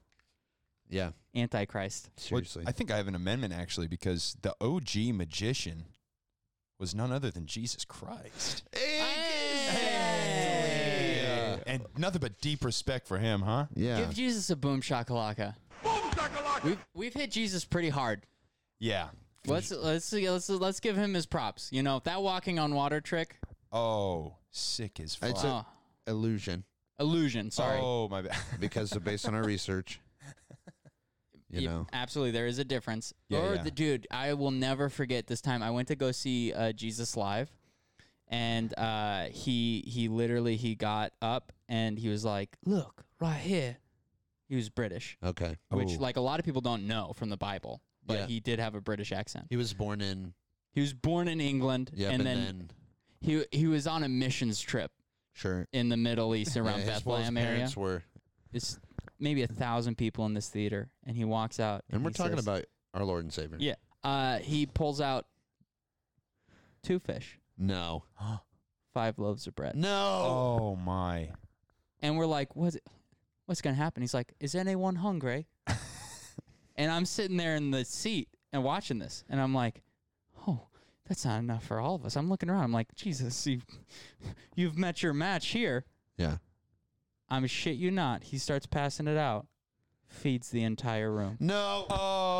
Speaker 3: Yeah.
Speaker 2: Antichrist.
Speaker 1: Well,
Speaker 3: Seriously.
Speaker 1: I think I have an amendment actually because the OG magician was none other than Jesus Christ.
Speaker 2: Hey!
Speaker 1: And nothing but deep respect for him, huh?
Speaker 3: yeah.
Speaker 2: Give Jesus a boom shakalaka.
Speaker 4: Boom shakalaka.
Speaker 2: We've we've hit Jesus pretty hard.
Speaker 1: Yeah.
Speaker 2: Let's let's see- let's let's give him his props. You know that walking on water trick.
Speaker 1: Oh, sick as fuck.
Speaker 3: It's
Speaker 2: Oh,
Speaker 3: a- Illusion.
Speaker 2: illusion. Sorry.
Speaker 1: Oh my bad.
Speaker 3: Because they're based on our research. You
Speaker 2: Yeah,
Speaker 3: know.
Speaker 2: absolutely there is a difference
Speaker 1: Yeah,
Speaker 2: or
Speaker 1: yeah.
Speaker 2: the dude i will never forget this time i went to go see uh, jesus live and uh, he he literally he got up and he was like look right here he was british
Speaker 3: Okay.
Speaker 2: which
Speaker 1: Oh.
Speaker 2: like a lot of people don't know from the bible but
Speaker 3: Yeah.
Speaker 2: he did have a british accent
Speaker 3: He was born in
Speaker 2: he was born in england
Speaker 3: yeah,
Speaker 2: and
Speaker 3: and then,
Speaker 2: then, he he was on a missions trip
Speaker 3: sure.
Speaker 2: in the middle east around
Speaker 3: yeah, his- well, his
Speaker 2: bethlehem area
Speaker 3: parents were
Speaker 2: it's maybe a thousand people in this theater and he walks out
Speaker 3: and we're
Speaker 2: he
Speaker 3: talking
Speaker 2: says,
Speaker 3: about our Lord and Savior.
Speaker 2: Yeah. Uh, he pulls out two fish,
Speaker 3: No.
Speaker 2: five loaves of bread.
Speaker 3: No.
Speaker 1: Oh my.
Speaker 2: And we're like, what's, what's going to happen? He's like, is anyone hungry? and I'm sitting there in the seat and watching this. And I'm like, oh, that's not enough for all of us. I'm looking around. I'm like, Jesus, you, you've met your match here.
Speaker 3: Yeah.
Speaker 2: I'm shit you not. He starts passing it out, feeds the entire room.
Speaker 3: No.
Speaker 1: Oh.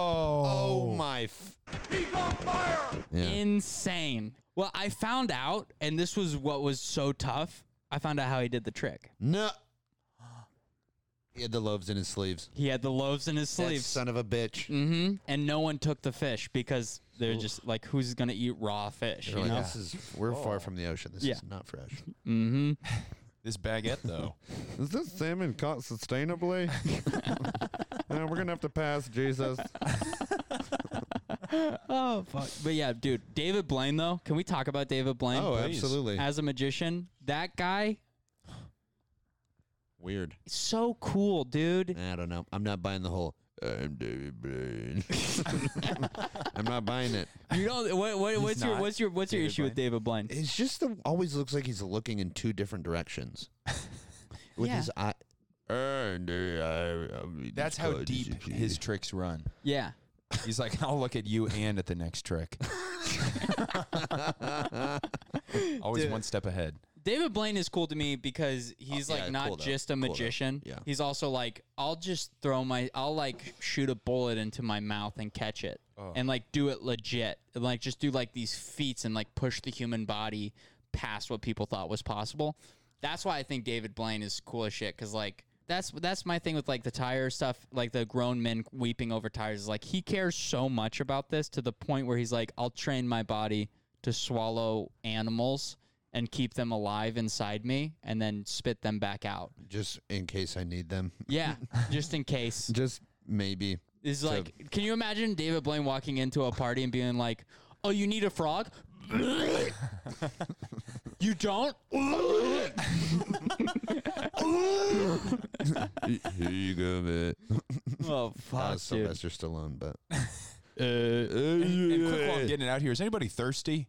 Speaker 3: Oh, my f-
Speaker 4: He's on fire.
Speaker 3: Yeah.
Speaker 2: Insane. Well, I found out, and this was what was so tough. I found out how he did the trick.
Speaker 3: No. He had the loaves in his sleeves.
Speaker 2: He had the loaves in his
Speaker 3: That
Speaker 2: sleeves.
Speaker 3: son of a bitch.
Speaker 2: hmm And no one took the fish because they're just like, who's going to eat raw fish?
Speaker 3: They're
Speaker 2: you
Speaker 3: like,
Speaker 2: know?
Speaker 3: this is we're far from the ocean. This
Speaker 2: Yeah.
Speaker 3: is not fresh.
Speaker 2: hmm
Speaker 1: This baguette though.
Speaker 3: Is this salmon caught sustainably? we're gonna have to pass, Jesus.
Speaker 2: Oh, fuck. But yeah, dude, David Blaine, though, can we talk about David Blaine?
Speaker 3: Oh,
Speaker 1: please.
Speaker 3: absolutely.
Speaker 2: As a magician, that guy,
Speaker 3: Weird.
Speaker 2: so cool, dude.
Speaker 3: I don't know. I'm not buying the whole. I'm David Blaine. I'm not buying it.
Speaker 2: You know what, what, what's your
Speaker 1: not
Speaker 2: what's your what's your
Speaker 1: David
Speaker 2: issue with David Blaine?
Speaker 3: It's just the always looks like he's looking in two different directions with
Speaker 2: Yeah.
Speaker 3: his eye. And, uh, I- I mean,
Speaker 1: That's
Speaker 3: this
Speaker 1: how
Speaker 3: God is
Speaker 1: deep
Speaker 3: a-
Speaker 1: his tricks run.
Speaker 2: Yeah.
Speaker 1: He's like, I'll look at you and at the next trick. Always one step ahead.
Speaker 2: David Blaine is cool to me because he's
Speaker 3: yeah,
Speaker 2: like not
Speaker 3: cool though.
Speaker 2: just a
Speaker 3: Cool though.
Speaker 2: magician.
Speaker 3: Yeah.
Speaker 2: He's also like I'll just throw my I'll like shoot a bullet into my mouth and catch it and like do it legit and like just do like these feats and like push the human body past what people thought was possible. That's why I think David Blaine is cool as shit because like that's that's my thing with like the tire stuff, like the grown men weeping over tires. Is like he cares so much about this to the point where he's like, I'll train my body to swallow animals and keep them alive inside me and then spit them back out.
Speaker 3: Just in case I need them.
Speaker 2: Yeah, just in case.
Speaker 3: Just maybe.
Speaker 2: This is like, can you imagine David Blaine walking into a party and being like, "Oh, you need a Oh, frog? you don't?
Speaker 3: Here you go, man.
Speaker 2: Oh
Speaker 3: That
Speaker 2: fuck,
Speaker 3: was
Speaker 2: dude.
Speaker 3: Sylvester Stallone, but
Speaker 1: And, and quick while I'm getting it out here, is anybody thirsty?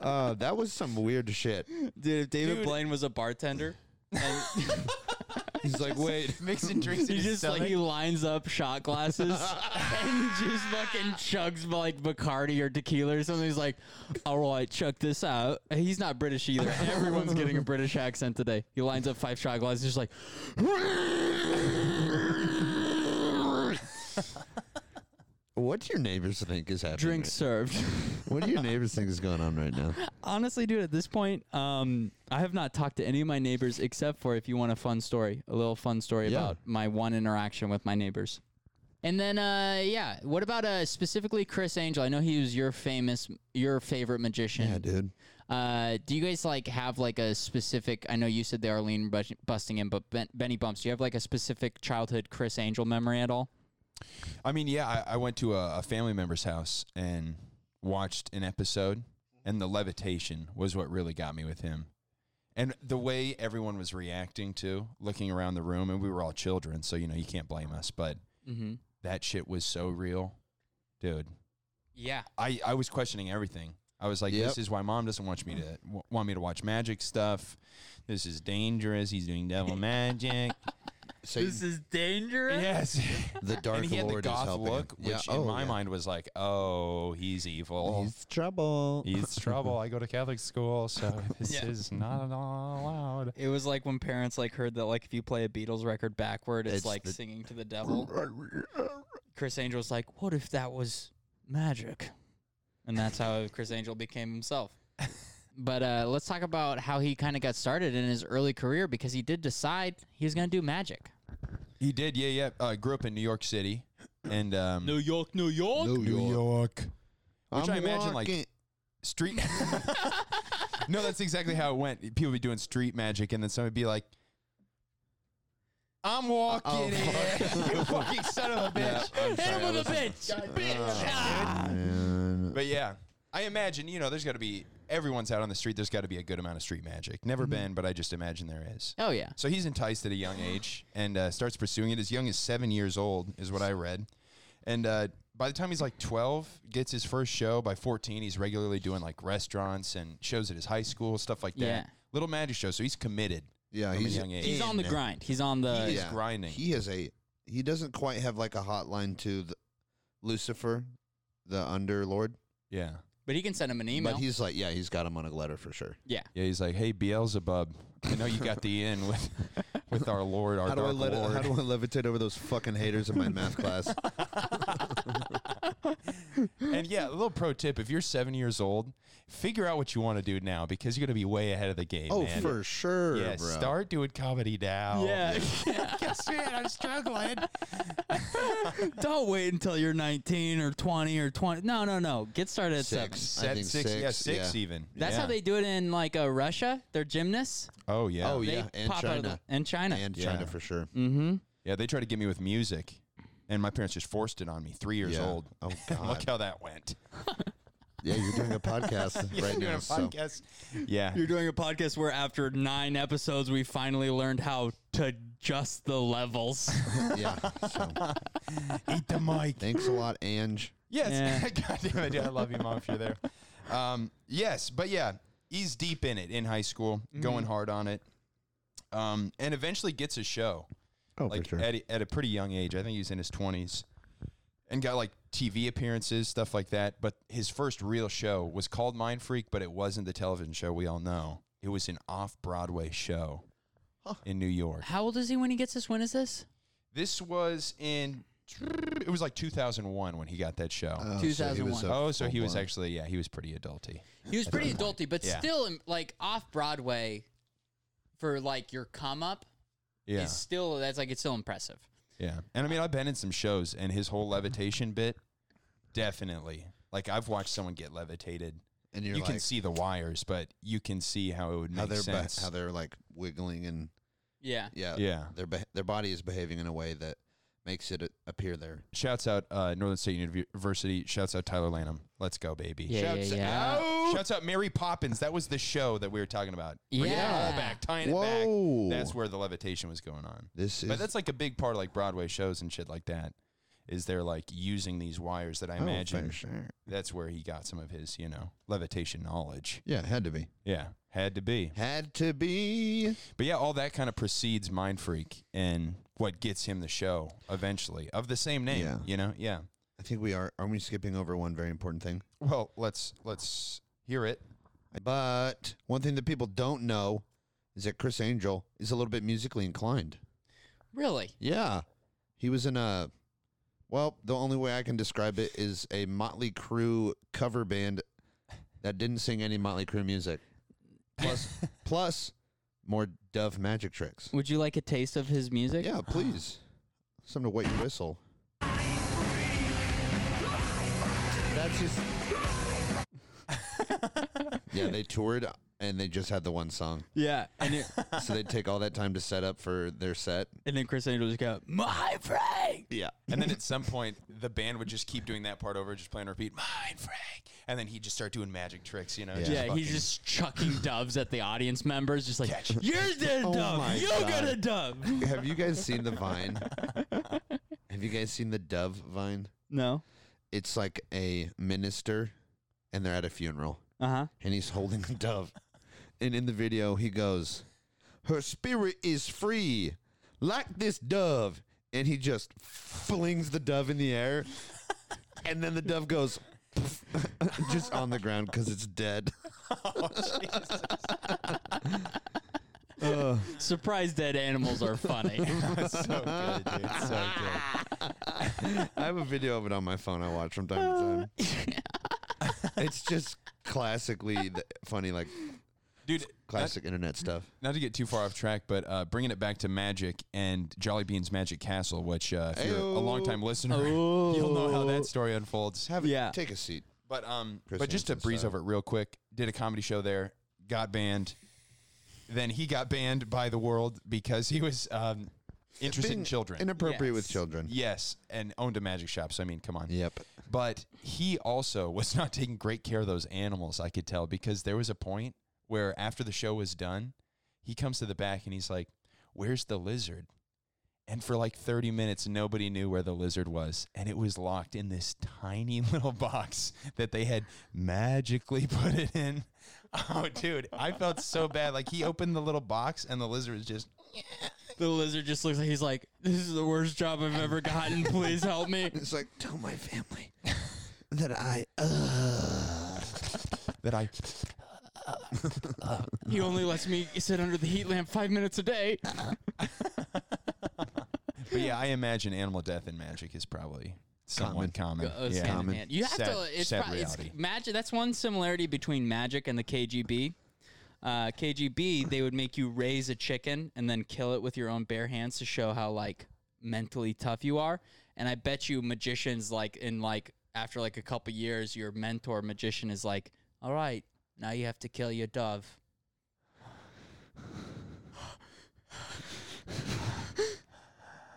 Speaker 3: uh, that was some weird shit.
Speaker 2: Dude, if David
Speaker 1: Dude.
Speaker 2: Blaine was a bartender, and
Speaker 3: He's like, wait,
Speaker 1: Mixing drinks in
Speaker 2: he
Speaker 1: his
Speaker 2: just like
Speaker 1: stomach.
Speaker 2: he lines up shot glasses and just fucking chugs like Bacardi or tequila or something. He's like, "All right, check this out." And He's not British either. Everyone's getting a British accent today. He lines up five shot glasses, just like,
Speaker 3: what do your neighbors think is happening?
Speaker 2: "Drink served."
Speaker 3: right- What do your neighbors think is going on right now?
Speaker 2: Honestly, dude, at this point, um, I have not talked to any of my neighbors except for if you want a fun story, a little fun story
Speaker 3: Yeah.
Speaker 2: about my one interaction with my neighbors. And then, uh, yeah, what about uh, specifically Chris Angel? I know he was your famous, your favorite magician.
Speaker 3: Yeah, dude.
Speaker 2: Uh, do you guys like have like a specific? I know you said the Arlene bus- busting in, but ben- Benny Bumps. Do you have like a specific childhood Chris Angel memory at all?
Speaker 1: I mean, yeah, I, I went to a, a family member's house and watched an episode, and the levitation was what really got me with him. And the way everyone was reacting to looking around the room, and we were all children, so you know you can't blame us. But
Speaker 2: Mm-hmm.
Speaker 1: that shit was so real, dude.
Speaker 2: Yeah.
Speaker 1: I, I was questioning everything. I was like,
Speaker 3: Yep.
Speaker 1: this is why mom doesn't want me to w- want me to watch magic stuff. This is dangerous. He's doing devil magic.
Speaker 3: So
Speaker 2: is dangerous.
Speaker 1: yes,
Speaker 3: the Dark
Speaker 1: and he had the
Speaker 3: Lord is
Speaker 1: goth
Speaker 3: helping.
Speaker 1: look,
Speaker 3: him.
Speaker 1: which
Speaker 3: yeah. oh,
Speaker 1: in my
Speaker 3: yeah.
Speaker 1: mind was like, oh, he's evil.
Speaker 3: he's trouble.
Speaker 1: He's trouble. I go to Catholic school, so this
Speaker 2: Yeah.
Speaker 1: is not allowed.
Speaker 2: It was like when parents like heard that like if you play a Beatles record backward, it's,
Speaker 3: It's
Speaker 2: like
Speaker 3: the-
Speaker 2: singing to the devil. Chris Angel was like, "What if that was magic?" And that's how Chris Angel became himself. But uh, let's talk about how he kind of got started in his early career because he did decide he was going to do magic.
Speaker 1: He did, yeah, yeah. Uh, grew up in New York City, and um,
Speaker 2: York, New York.
Speaker 1: York.
Speaker 3: Which
Speaker 1: I imagine, like, Street. no, that's exactly how it went. People be doing street magic, and then somebody be like, "I'm walking
Speaker 3: Oh,
Speaker 1: it, you fucking son of a bitch."
Speaker 2: Hit him with a bitch, bitch.
Speaker 3: Oh,
Speaker 2: Ah.
Speaker 1: But yeah, I imagine you know there's got to be everyone's out on the street. There's got to be a good amount of street magic. Never been, but I just imagine there is.
Speaker 2: Oh yeah.
Speaker 1: So he's enticed at a young age and uh, starts pursuing it as young as seven years old, is what I read. And uh, by the time he's like 12, gets his first show. By 14, he's regularly doing like restaurants and shows at his high school, stuff like that.
Speaker 2: Yeah.
Speaker 1: Little magic show. So he's committed.
Speaker 3: yeah,
Speaker 1: from a
Speaker 3: he's
Speaker 1: young age.
Speaker 2: He's on the
Speaker 3: in.
Speaker 2: grind. He's on the.
Speaker 1: He is grinding.
Speaker 3: He is a. He doesn't quite have like a hotline to the Lucifer, the Underlord,
Speaker 1: Yeah.
Speaker 2: But he can send him an email.
Speaker 3: but he's like, yeah, he's got him on a letter for sure.
Speaker 2: yeah.
Speaker 1: Yeah. He's like, hey, Beelzebub, I know you got the in with with our Lord, our
Speaker 3: How do I
Speaker 1: dark
Speaker 3: let?
Speaker 1: Lord.
Speaker 3: How do I levitate over those fucking haters in my math class?
Speaker 1: and yeah, a little pro tip if you're seven years old, figure out what you want to do now because you're going to be way ahead of the game.
Speaker 3: oh,
Speaker 1: man.
Speaker 3: for sure,
Speaker 1: Yeah,
Speaker 3: bro.
Speaker 1: start doing comedy now.
Speaker 2: Guess what? I'm struggling. Don't wait until you're 19 or 20 or 20. No, no, no. Get started at seven.
Speaker 3: Six.
Speaker 1: Set
Speaker 3: I think
Speaker 1: six, yeah,
Speaker 3: six,
Speaker 1: six
Speaker 3: yeah.
Speaker 1: even.
Speaker 2: That's how
Speaker 1: Yeah.
Speaker 2: they do it in like uh, Russia. They're gymnasts.
Speaker 1: Oh yeah.
Speaker 3: Oh,
Speaker 1: yeah.
Speaker 2: They
Speaker 3: yeah, and
Speaker 2: pop out of the,
Speaker 3: China.
Speaker 2: and China.
Speaker 3: and
Speaker 1: Yeah.
Speaker 3: China for sure.
Speaker 2: mm-hmm.
Speaker 1: They tried to get me with music, and my parents just forced it on me. Three years
Speaker 3: Yeah.
Speaker 1: old.
Speaker 3: Oh
Speaker 1: Look
Speaker 3: god.
Speaker 1: how that went.
Speaker 3: yeah, you're doing a podcast right
Speaker 1: Doing
Speaker 3: now.
Speaker 1: a
Speaker 3: so.
Speaker 1: podcast. Yeah.
Speaker 2: You're doing a podcast where after nine episodes, we finally learned how to adjust the levels.
Speaker 3: Yeah. So.
Speaker 1: Eat the mic.
Speaker 3: Thanks a lot, Ange.
Speaker 1: Yes.
Speaker 2: Yeah.
Speaker 1: God damn it, dude. I love you, mom, if you're there. Um, yes, but yeah, he's deep in it in high school,
Speaker 3: Mm-hmm.
Speaker 1: going hard on it, um, and eventually gets a show.
Speaker 3: Oh,
Speaker 1: like at, a- at a pretty young age. I think he was in his 20s and got like TV appearances, stuff like that. But his first real show was called Mind Freak, but it wasn't the television show we all know. It was an off Broadway show in New York.
Speaker 2: how old is he when he gets this? When is this?
Speaker 1: This was in, it was like 2001 when he got that show.
Speaker 3: Oh, so he was
Speaker 2: 2001.
Speaker 3: a
Speaker 1: oh, so he was
Speaker 3: full-blown-
Speaker 1: actually, yeah, he was pretty adulty.
Speaker 2: He was pretty adulty, but
Speaker 1: Yeah.
Speaker 2: still, um, like off Broadway, for like your come up
Speaker 1: Yeah.
Speaker 2: is still that's like it's still impressive.
Speaker 1: Yeah. And I mean, I've been in some shows and his whole levitation bit, definitely. Like, I've watched someone get levitated.
Speaker 3: And you're
Speaker 1: Oh, you can
Speaker 3: like,
Speaker 1: see the wires, but you can see how it would make
Speaker 3: how they're ba-
Speaker 1: sense.
Speaker 3: how they're like wiggling and
Speaker 2: Yeah.
Speaker 3: yeah
Speaker 1: Yeah.
Speaker 3: their beh their body is behaving in a way that makes it a- appear there.
Speaker 1: Shouts out uh, Northern State University. Shouts out Tyler Lanham. Let's go, baby.
Speaker 2: Yeah,
Speaker 3: Shouts
Speaker 2: yeah, yeah.
Speaker 1: Shouts out Mary Poppins. That was the show that we were talking about. Bringing it all
Speaker 2: Yeah.
Speaker 1: back, tying
Speaker 3: Whoa.
Speaker 1: it back. That's where the levitation was going on.
Speaker 3: This is
Speaker 1: But that's like a big part of like Broadway shows and shit like that. Is they're like using these wires that I
Speaker 3: Oh, for
Speaker 1: imagine
Speaker 3: sure.
Speaker 1: that's where he got some of his, you know, levitation knowledge.
Speaker 3: Yeah, had to be.
Speaker 1: Yeah, had to be.
Speaker 3: Had to be.
Speaker 1: But yeah, all that kind of precedes Mind Freak and what gets him the show eventually of the same name.
Speaker 3: Yeah.
Speaker 1: You know, yeah.
Speaker 3: I think we are. Are we skipping over one very important thing?
Speaker 1: Well, let's let's hear it.
Speaker 3: But one thing that people don't know is that Chris Angel is a little bit musically inclined.
Speaker 2: Really?
Speaker 3: Yeah. He was in a well, the only way I can describe it is a Motley Crue cover band that didn't sing any Motley Crue music. Plus plus more Dove magic tricks.
Speaker 2: Would you like a taste of his music?
Speaker 3: Yeah, please. Something to wet your whistle. That's just Yeah, they toured and they just had the one song.
Speaker 2: Yeah. And, it,
Speaker 3: So they'd take all that time to set up for their set.
Speaker 2: and then Chris Angel just go, "Mm, my Frank.
Speaker 3: Yeah.
Speaker 1: And then at some point, the band would just keep doing that part over, just playing repeat, Mind Freak. And then he'd just start doing magic tricks, you know? just
Speaker 2: Yeah,
Speaker 1: fucking-
Speaker 2: he's just chucking doves at the audience members, just like, "You're the
Speaker 3: Oh my
Speaker 2: dove, you
Speaker 3: God.
Speaker 2: got a dove."
Speaker 3: Have you guys seen the Vine? Have you guys seen the Dove Vine?
Speaker 2: No,
Speaker 3: It's like a minister, and they're at a funeral,
Speaker 2: uh huh.
Speaker 3: and he's holding a dove. And in the video, he goes, "Her spirit is free, like this dove," and he just flings the dove in the air, and then the dove goes. just on the ground because it's dead. Uh,
Speaker 2: Surprise dead animals are funny.
Speaker 1: so good, dude. So good.
Speaker 3: I have a video of it on my phone. I watch from time to time. it's just classically th- funny, like
Speaker 1: Dude, not,
Speaker 3: classic internet stuff.
Speaker 1: not to get too far off track, but uh, bringing it back to magic and Jolly Bean's Magic Castle, which uh, if you're a
Speaker 3: Ayo. Oh.
Speaker 1: longtime listener, you'll know how that story unfolds.
Speaker 3: Have
Speaker 2: Yeah.
Speaker 3: Take a seat.
Speaker 1: But um,
Speaker 3: Chris
Speaker 1: but just to
Speaker 3: Hansen
Speaker 1: breeze
Speaker 3: style.
Speaker 1: over it real quick, did a comedy show there, got banned. Then he got banned by the world because he was um, interested in
Speaker 3: Being
Speaker 1: children.
Speaker 3: Inappropriate with
Speaker 2: Yes.
Speaker 3: children.
Speaker 1: yes, and owned a magic shop. So I mean, come on.
Speaker 3: Yep.
Speaker 1: But he also was not taking great care of those animals. I could tell because there was a point where after the show was done, he comes to the back and he's like, "Where's the lizard?" And for like 30 minutes, nobody knew where the lizard was. And it was locked in this tiny little box that they had magically put it in. Oh, dude, I felt so bad. Like he opened the little box and the lizard was just,
Speaker 2: The lizard just looks like he's like, "This is the worst job I've ever gotten. Please help me."
Speaker 3: It's like tell my family that I. Uh,
Speaker 1: that I,
Speaker 2: He only lets me sit under the heat lamp five minutes a day.
Speaker 1: but yeah, I imagine animal death in magic is probably somewhat common.
Speaker 2: Uh,
Speaker 1: yeah.
Speaker 2: hand in
Speaker 3: Common.
Speaker 2: hand. You have
Speaker 1: Sad-
Speaker 2: to. It's,
Speaker 1: sad
Speaker 2: pro- it's
Speaker 1: reality.
Speaker 2: magic. That's one similarity between magic and the KGB. Uh, KGB, they would make you raise a chicken and then kill it with your own bare hands to show how like mentally tough you are. And I bet you magicians, like in like after like a couple years, your mentor magician is like, "All right, now you have to kill your dove."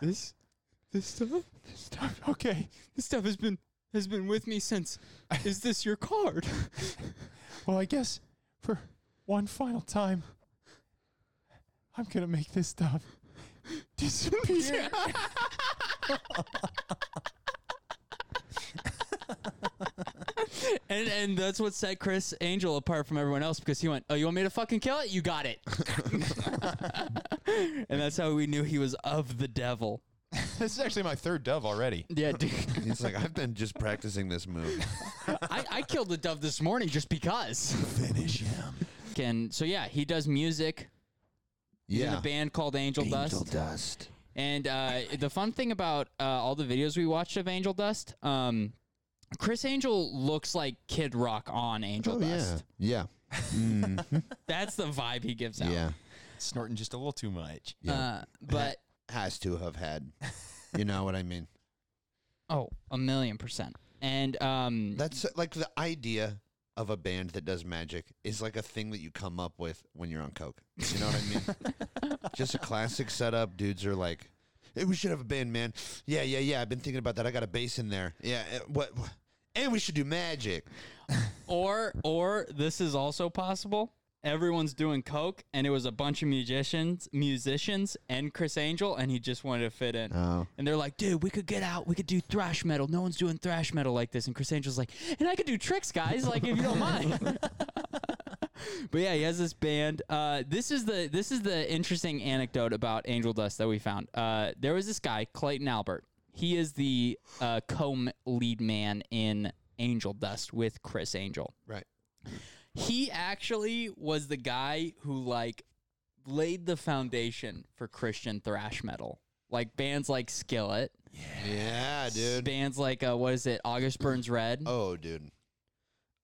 Speaker 2: this, this dove. Stuff. Okay, this stuff has been has been with me since. Is this your card?
Speaker 1: Well, I guess for one final time, I'm gonna make this stuff disappear.
Speaker 2: and and that's what set Chris Angel apart from everyone else because he went, "Oh, you want me to fucking kill it? You got it." and that's how we knew he was of the devil.
Speaker 1: this is actually my third dove already.
Speaker 2: Yeah, dude.
Speaker 3: he's like I've been just practicing this move.
Speaker 2: I, I killed the dove this morning just because.
Speaker 1: Finish him.
Speaker 2: Can so yeah, he does music. He's in
Speaker 3: Yeah.
Speaker 2: a band called Angel,
Speaker 3: Angel
Speaker 2: Dust.
Speaker 3: dust.
Speaker 2: And uh, the fun thing about uh, all the videos we watched of Angel Dust, um, Chris Angel looks like Kid Rock on Angel
Speaker 3: Oh
Speaker 2: Dust.
Speaker 3: yeah. Yeah. Mm,
Speaker 2: That's the vibe he gives out.
Speaker 3: Yeah.
Speaker 1: Snorting just a little too much.
Speaker 3: Yeah.
Speaker 2: Uh, but
Speaker 3: Has to have had. You know what I mean?
Speaker 2: oh, a million percent. And um,
Speaker 3: That's uh, like the idea of a band that does magic is like a thing that you come up with when you're on coke. You know what I mean? Just a classic setup. Dudes are like, Hey, we should have a band, man. Yeah, yeah, yeah. I've been thinking about that. I got a bass in there. Yeah. eh, What? what- And we should do magic.
Speaker 2: Or or this is also possible. Everyone's doing coke, and it was a bunch of musicians, musicians, and Chris Angel, and he just wanted to fit in.
Speaker 3: Oh.
Speaker 2: And they're like, "Dude, we could get out. We could do thrash metal. No one's doing thrash metal like this." And Chris Angel's like, "And I could do tricks, guys. Like if you don't mind." but yeah, he has this band. Uh, this is the this is the interesting anecdote about Angel Dust that we found. Uh, there was this guy Clayton Albert. He is the uh, co lead man in Angel Dust with Chris Angel.
Speaker 3: Right.
Speaker 2: He actually was the guy who like laid the foundation for Christian thrash metal. Like bands like Skillet,
Speaker 3: Yeah, dude.
Speaker 2: bands like uh, what is it, August Burns Red?
Speaker 3: Oh, dude.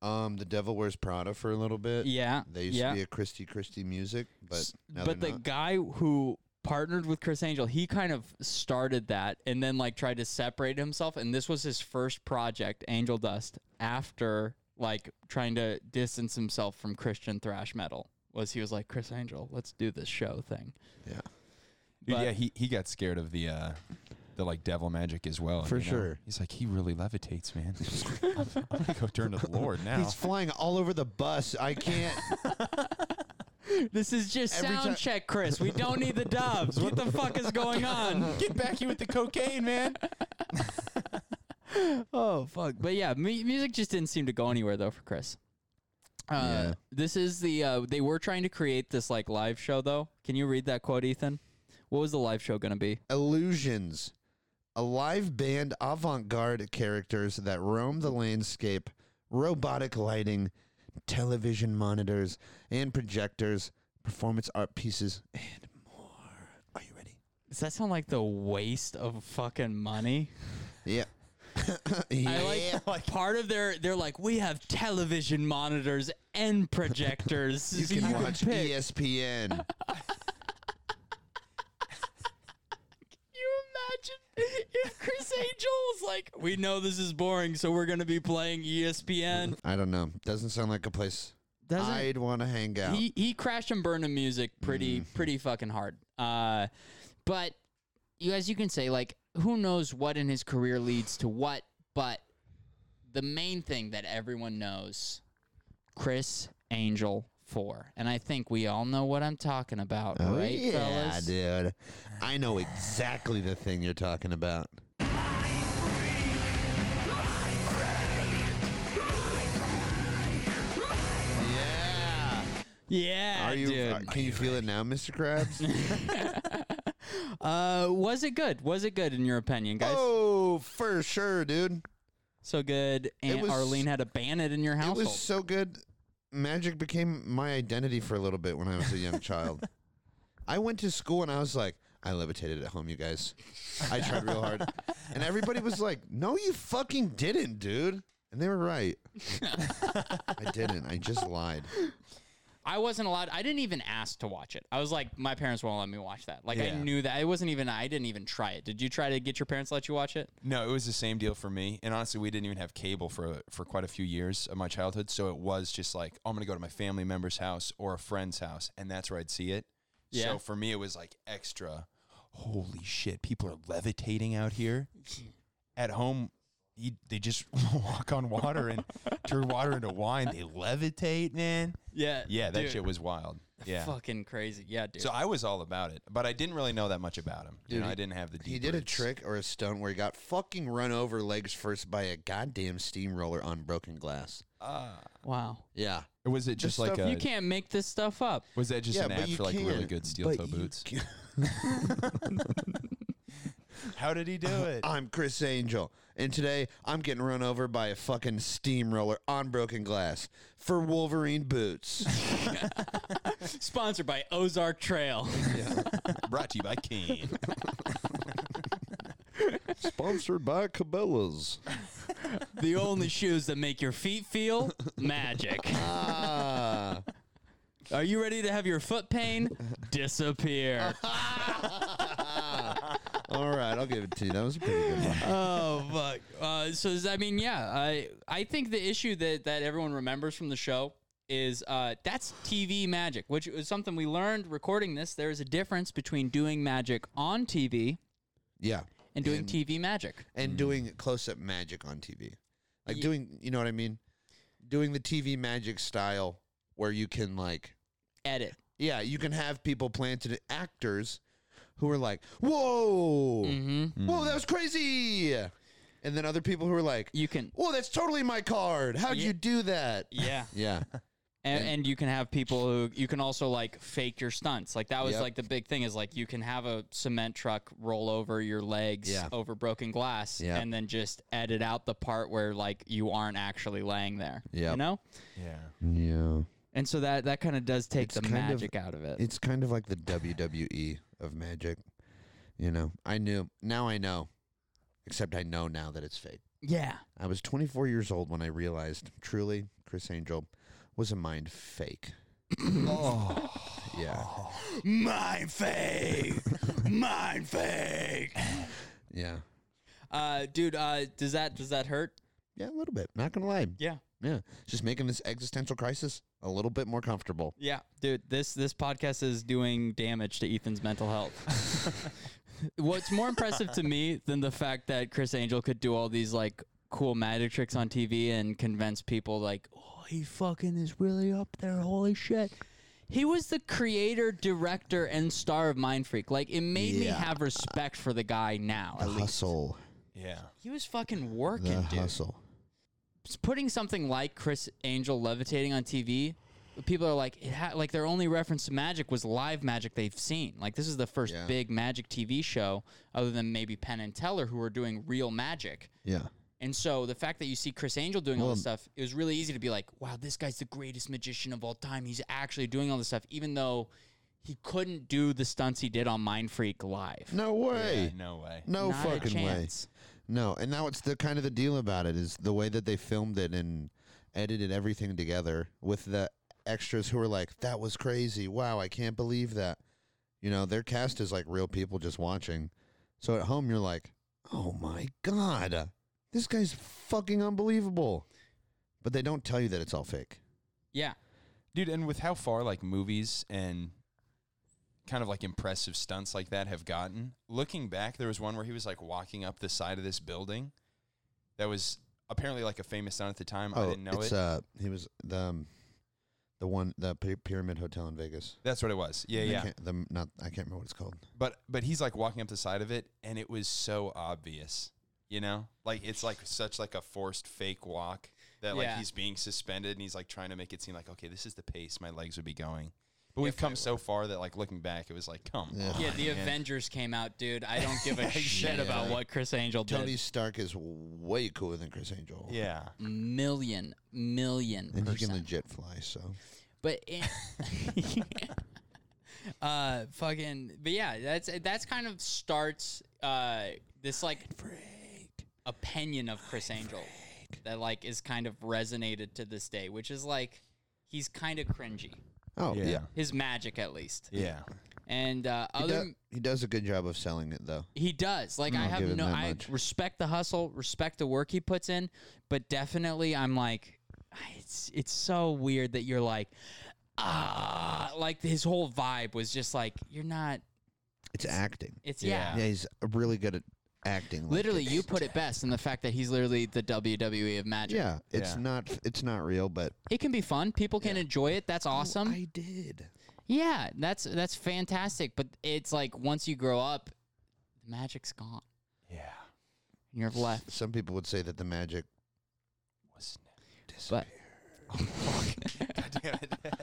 Speaker 3: Um, the devil wears Prada for a little bit.
Speaker 2: yeah,
Speaker 3: They used
Speaker 2: yeah.
Speaker 3: to be a Christie Christie music, but
Speaker 2: S-
Speaker 3: now
Speaker 2: but
Speaker 3: they're
Speaker 2: the
Speaker 3: not.
Speaker 2: guy who partnered with Chris Angel, he kind of started that and then like tried to separate himself and this was his first project, Angel Dust, after like trying to distance himself from Christian thrash metal. Was he was like Chris Angel, let's do this show thing.
Speaker 3: yeah,
Speaker 1: Dude,
Speaker 2: But-
Speaker 1: yeah, he, he got scared of the uh, the like devil magic as well.
Speaker 3: For
Speaker 1: you know?
Speaker 3: sure.
Speaker 1: He's like, he really levitates, man. I'm gonna go turn to the Lord
Speaker 2: oh.
Speaker 1: now.
Speaker 3: he's flying all over the bus. I can't.
Speaker 2: This is just
Speaker 3: Every
Speaker 2: sound
Speaker 3: ti-
Speaker 2: check, Chris. We don't need the doves. What the fuck is going on?
Speaker 1: Get back here with the cocaine, man.
Speaker 2: Oh fuck! But yeah, mu- music just didn't seem to go anywhere though for Chris. Uh,
Speaker 1: Yeah.
Speaker 2: This is the uh, they were trying to create this like live show though. Can you read that quote, Ethan? What was the live show gonna be?
Speaker 3: Illusions, a live band avant garde characters that roam the landscape, robotic lighting, television monitors and projectors, performance art pieces, and more. Are you ready?
Speaker 2: Does that sound like the waste of fucking money?
Speaker 3: Yeah. yeah.
Speaker 2: I like, part of their they're like we have television monitors and projectors.
Speaker 3: you
Speaker 2: so
Speaker 3: can watch E
Speaker 2: pick."
Speaker 3: ESPN.
Speaker 2: you imagine if Chris Angel was like, we know this is boring, so we're gonna be playing E ESPN?
Speaker 3: I don't know. Doesn't sound like a place
Speaker 2: Doesn't
Speaker 3: I'd want to hang out.
Speaker 2: he? He crashed and burned the music pretty
Speaker 3: Mm-hmm.
Speaker 2: pretty fucking hard. Uh, but you guys, you can say like, who knows what in his career leads to what? But the main thing that everyone knows, Chris Angel for, and I think we all know what I'm talking about,
Speaker 3: Oh,
Speaker 2: right,
Speaker 3: yeah,
Speaker 2: fellas?
Speaker 3: dude. I know exactly the thing you're talking about. Yeah.
Speaker 2: Yeah,
Speaker 3: Are you?
Speaker 2: dude.
Speaker 3: uh, can you feel it now, Mr. Krabs?
Speaker 2: Uh, was it good? Was it good in your opinion, guys?
Speaker 3: oh, for sure, dude.
Speaker 2: So good. And
Speaker 3: was-
Speaker 2: Arlene had to ban it in your
Speaker 3: It
Speaker 2: household.
Speaker 3: was so good. Magic became my identity for a little bit when I was a young child. I went to school and I was like, I levitated at home, you guys. I tried real hard. And everybody was like, No, you fucking didn't, dude. And they were right. I didn't. I just lied.
Speaker 2: I wasn't allowed. I didn't even ask to watch it. I was like, my parents won't let me watch that. Like, I
Speaker 3: Yeah.
Speaker 2: knew that. It wasn't even. I didn't even try it. Did you try to get your parents to let you watch it?
Speaker 1: No, it was the same deal for me. And honestly, we didn't even have cable for for quite a few years of my childhood, so it was just like "Oh, I'm gonna go to my family member's house or a friend's house, and that's where I'd see it.
Speaker 2: Yeah.
Speaker 1: So for me, it was like extra. Holy shit! People are levitating out here. At home, you, they just walk on water and turn water into wine. They levitate, man.
Speaker 2: Yeah.
Speaker 1: Yeah, that shit was wild. Yeah.
Speaker 2: Fucking crazy. Yeah, dude.
Speaker 1: So I was all about it, but I didn't really know that much about him. you know, I didn't have the.
Speaker 3: He
Speaker 1: deep
Speaker 3: did a
Speaker 1: roots.
Speaker 3: trick or a stunt where he got fucking run over legs first by a goddamn steamroller on broken glass.
Speaker 2: wow.
Speaker 3: Yeah.
Speaker 1: Was it just like
Speaker 3: stuff-
Speaker 1: a?
Speaker 2: You can't make this stuff up.
Speaker 1: Was that just
Speaker 3: yeah,
Speaker 1: an
Speaker 3: but
Speaker 1: ad
Speaker 3: you
Speaker 1: for like really
Speaker 3: can,
Speaker 1: good steel
Speaker 3: but
Speaker 1: toe
Speaker 3: you
Speaker 1: boots?
Speaker 3: can-
Speaker 1: How did he do it?
Speaker 3: I'm Chris Angel, and today I'm getting run over by a fucking steamroller on broken glass for Wolverine boots.
Speaker 2: Sponsored by Ozark Trail.
Speaker 1: Brought to you by Kane.
Speaker 3: Sponsored by Cabela's.
Speaker 2: the only shoes that make your feet feel magic.
Speaker 3: Ah,
Speaker 2: Are you ready to have your foot pain disappear?
Speaker 3: all right, I'll give it to you. That was a pretty good one.
Speaker 2: oh fuck. Uh, so does that mean yeah? I I think the issue that that everyone remembers from the show is uh, that's TV magic, which is something we learned recording this. There is a difference between doing magic on TV
Speaker 3: Yeah.
Speaker 2: and doing
Speaker 3: And-
Speaker 2: TV magic.
Speaker 3: And doing close up magic on TV. Like
Speaker 2: Ye-
Speaker 3: doing, you know what I mean? Doing the TV magic style where you can, like,
Speaker 2: Edit.
Speaker 3: yeah, you can have people planted actors who are like, whoa,
Speaker 2: Mm-hmm.
Speaker 3: whoa, that was crazy. And then other people who are like,
Speaker 2: You can.
Speaker 3: whoa, that's totally my card. How'd
Speaker 2: Ye-
Speaker 3: you do that?
Speaker 2: Yeah.
Speaker 3: Yeah.
Speaker 2: and, and you can have people who you can also like fake your stunts. Like that was
Speaker 3: Yep.
Speaker 2: like the big thing is like you can have a cement truck roll over your legs
Speaker 3: Yeah.
Speaker 2: over broken glass
Speaker 3: Yep.
Speaker 2: and then just edit out the part where like you aren't actually laying there. You
Speaker 3: Yep.
Speaker 2: know?
Speaker 1: Yeah.
Speaker 3: Yeah.
Speaker 2: And so that that kind of does take
Speaker 3: It's
Speaker 2: the
Speaker 3: kind of-
Speaker 2: magic out of it.
Speaker 3: It's kind of like the WWE of magic. You know, I knew. Now I know. Except I know now that it's fake.
Speaker 2: yeah.
Speaker 3: I was 24 years old when I realized truly Chris Angel was a mind fake. oh. Yeah.
Speaker 2: Mind fake. Mind fake.
Speaker 3: Yeah.
Speaker 2: Uh dude, uh does that does that hurt?
Speaker 3: Yeah, a little bit. Not going to lie.
Speaker 2: Yeah.
Speaker 3: Yeah. Just making this existential crisis a little bit more comfortable.
Speaker 2: Yeah, dude, this this podcast is doing damage to Ethan's mental health. What's more impressive to me than the fact that Chris Angel could do all these like cool magic tricks on TV and convince people like, "Oh, he fucking is really up there. Holy shit." He was the creator, director, and star of Mind Freak. Like it made me
Speaker 3: Yeah.
Speaker 2: have respect for the guy now. At least
Speaker 3: hustle.
Speaker 1: Yeah.
Speaker 2: he was fucking working, dude s- putting something like Chris Angel levitating on TV, people are like, it ha- like their only reference to magic was live magic they've seen. Like this is the first
Speaker 3: Yeah.
Speaker 2: big magic TV show, other than maybe Penn and Teller, who are doing real magic.
Speaker 3: Yeah.
Speaker 2: And so the fact that you see Chris Angel doing all this
Speaker 3: Well-
Speaker 2: stuff, it was really easy to be like, wow, this guy's the greatest magician of all time. He's actually doing all this stuff, even though he couldn't do the stunts he did on Mind Freak live.
Speaker 3: No way.
Speaker 1: Yeah, no way.
Speaker 3: No
Speaker 2: Not a
Speaker 3: fucking way.
Speaker 2: chance.
Speaker 3: No, and now it's the kind of the deal about it is the way that they filmed it and edited everything together with the extras who were like, "That was crazy! Wow, I can't believe that." You know, their cast is like real people just watching. So at home, you're like, "Oh my god, this guy's fucking unbelievable," but they don't tell you that it's all fake.
Speaker 2: Yeah.
Speaker 1: Dude, and with how far like movies and kind of like impressive stunts like that have gotten, looking back, there was one where he was like walking up the side of this building that was apparently like a famous stunt at the time. I didn't know
Speaker 3: it's
Speaker 1: it.
Speaker 3: uh, he was the um, the one the Py- Pyramid Hotel in Vegas.
Speaker 1: That's what it was. Yeah,
Speaker 3: I
Speaker 1: yeah.
Speaker 3: can't, the, not I can't remember what it's called.
Speaker 1: But but he's like walking up the side of it and it was so obvious. You know? Like it's like such like a forced fake walk that like
Speaker 2: Yeah.
Speaker 1: he's being suspended and he's like trying to make it seem like okay, this is the pace my legs would be going. But we've come so far that like looking back it was like come
Speaker 3: Yeah.
Speaker 1: on.
Speaker 2: Yeah, the
Speaker 1: man.
Speaker 2: Avengers came out, dude. I don't give a shit
Speaker 3: Yeah.
Speaker 2: about what Chris Angel did.
Speaker 3: Tony Stark is way cooler than Chris Angel.
Speaker 1: Yeah.
Speaker 2: million, million
Speaker 3: And he
Speaker 2: percent.
Speaker 3: can legit fly, so
Speaker 2: but in, uh, fucking, but yeah, that's that's kind of starts uh this like opinion of Chris Angel that like is kind of resonated to this day, which is like he's kind of cringy.
Speaker 3: oh
Speaker 1: Yeah.
Speaker 2: His magic, at least,
Speaker 1: Yeah.
Speaker 2: and uh,
Speaker 3: He,
Speaker 2: other.
Speaker 3: do- he does a good job of selling it, though.
Speaker 2: He does. Like I
Speaker 3: I'll give
Speaker 2: have
Speaker 3: him
Speaker 2: no
Speaker 3: that
Speaker 2: I
Speaker 3: much.
Speaker 2: respect the hustle, respect the work he puts in, but definitely I'm like it's it's so weird that you're like ah like his whole vibe was just like you're not
Speaker 3: It's acting.
Speaker 2: it's yeah.
Speaker 1: Yeah.
Speaker 3: Yeah, he's really good at acting. like
Speaker 2: Literally
Speaker 3: it's-
Speaker 2: you put it best in the fact that he's literally the WWE of magic.
Speaker 3: Yeah, it's
Speaker 1: Yeah.
Speaker 3: not. It's not real, but
Speaker 2: It can be fun. People can enjoy it. That's awesome.
Speaker 3: I did.
Speaker 2: yeah, that's that's fantastic, but it's like once you grow up, the magic's gone.
Speaker 1: Yeah.
Speaker 2: and You're left.
Speaker 3: Some people would say that the magic.
Speaker 1: Was
Speaker 2: But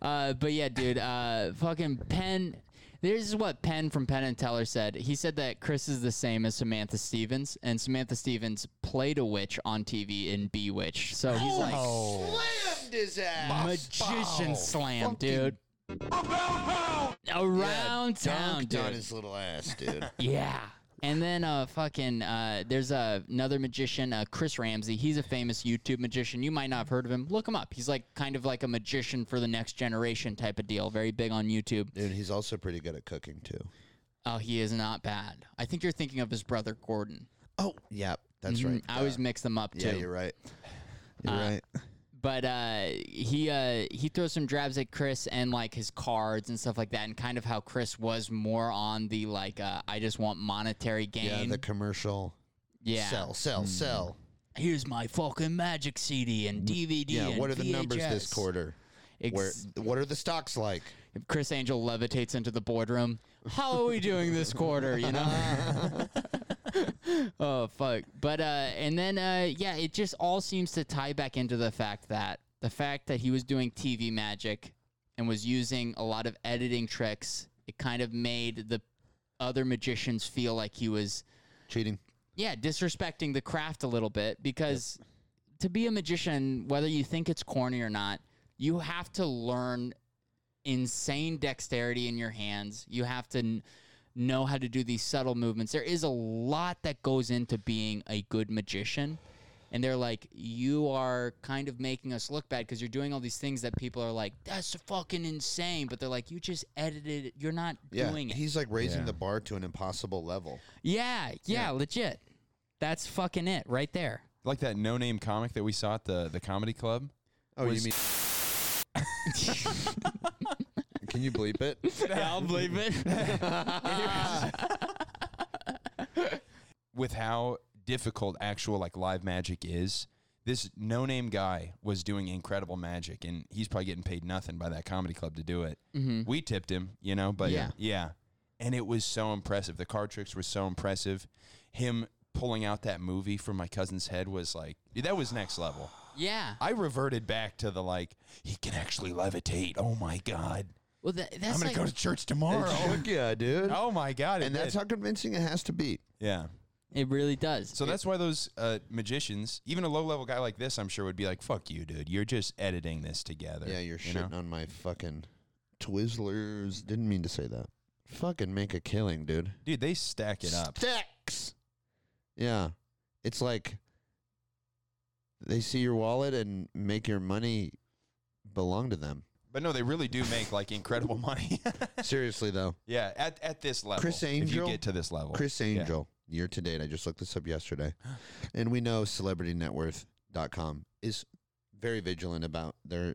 Speaker 2: Uh, but yeah, dude, uh, fucking Penn. This is what Penn from Penn and Teller said. He said that Chris is the same as Samantha Stevens, and Samantha Stevens played a witch on TV in Bewitch. So he's
Speaker 3: Oh. Slammed his
Speaker 2: like
Speaker 3: ass.
Speaker 2: magician slam, dude,
Speaker 4: About town!
Speaker 2: around town,
Speaker 3: Dunked on
Speaker 2: dude.
Speaker 3: his little ass, dude.
Speaker 2: Yeah. And then uh, fucking uh, there's uh, another magician, uh, Chris Ramsey. He's a famous YouTube magician. You might not have heard of him. Look him up. He's like kind of like a magician for the next generation type of deal. Very big on YouTube.
Speaker 3: dude, he's also pretty good at cooking too.
Speaker 2: Oh, he is not bad. I think you're thinking of his brother Gordon.
Speaker 3: Oh, yeah, that's
Speaker 2: Mhm.
Speaker 3: right.
Speaker 2: I always
Speaker 3: Uh,
Speaker 2: mix them up too.
Speaker 3: yeah, you're right. You're right.
Speaker 2: But uh, he uh, he throws some drabs at Chris and like his cards and stuff like that, and kind of how Chris was more on the like uh, I just want monetary
Speaker 3: Yeah,
Speaker 2: gain.
Speaker 3: the commercial.
Speaker 2: Yeah.
Speaker 3: Sell, sell, sell.
Speaker 2: Here's my fucking magic CD and DVD.
Speaker 3: Yeah.
Speaker 2: and
Speaker 3: what are the numbers this
Speaker 2: VHS.
Speaker 3: quarter?
Speaker 2: Ex-
Speaker 3: Where what are the stocks like?
Speaker 2: Chris Angel levitates into the boardroom. How are we doing this quarter? You know. oh fuck! But uh, and then uh, yeah, it just all seems to tie back into the fact that the fact that he was doing TV magic and was using a lot of editing tricks. It kind of made the other magicians feel like he was
Speaker 3: Cheating.
Speaker 2: yeah, disrespecting the craft a little bit because to be a magician, whether you think it's corny or not, you have to learn insane dexterity in your hands. You have to n- know how to do these subtle movements. There is a lot that goes into being a good magician. And they're like, you are kind of making us look bad because you're doing all these things that people are like, that's fucking insane. But they're like, you just edited it. You're not
Speaker 3: Yeah.
Speaker 2: doing it.
Speaker 3: He's like raising
Speaker 1: Yeah.
Speaker 3: the bar to an impossible level.
Speaker 2: Yeah, yeah, legit. That's fucking it right there.
Speaker 1: Like that no name comic that we saw at the, the comedy club.
Speaker 3: Oh, you
Speaker 1: Was-
Speaker 3: mean? Can you bleep it?
Speaker 2: yeah, I'll believe it.
Speaker 1: with how difficult actual like live magic is, this no name guy was doing incredible magic, and he's probably getting paid nothing by that comedy club to do it.
Speaker 2: Mm-hmm.
Speaker 1: We tipped him, you know, but
Speaker 2: Yeah.
Speaker 1: yeah. and it was so impressive. The card tricks were so impressive. Him pulling out that movie from my cousin's head was like that was next level.
Speaker 2: yeah.
Speaker 1: I reverted back to the like he can actually levitate. Oh my god,
Speaker 2: Well, that,
Speaker 1: I'm
Speaker 2: that's
Speaker 1: gonna
Speaker 2: like,
Speaker 1: go to church tomorrow.
Speaker 3: yeah, dude.
Speaker 1: oh my god, it
Speaker 3: and that's
Speaker 1: did.
Speaker 3: how convincing it has to be.
Speaker 1: yeah.
Speaker 2: it really does.
Speaker 1: So that's why those uh, magicians, even a low level guy like this, I'm sure would be like, "Fuck you, dude. You're just editing this together."
Speaker 3: Yeah, you're
Speaker 1: you
Speaker 3: shitting on my fucking Twizzlers. Didn't mean to say that. Fucking make a killing, dude.
Speaker 1: dude. They stack it up.
Speaker 3: Stacks. Yeah, it's like they see your wallet and make your money belong to them.
Speaker 1: But no, they really do make like incredible money.
Speaker 3: Seriously though,
Speaker 1: yeah, at, at this level,
Speaker 3: Chris
Speaker 1: If you
Speaker 3: Angel?
Speaker 1: get to this level,
Speaker 3: Chris
Speaker 1: Yeah.
Speaker 3: Angel, year to date, I just looked this up yesterday, and we know CelebrityNetWorth.com is very vigilant about their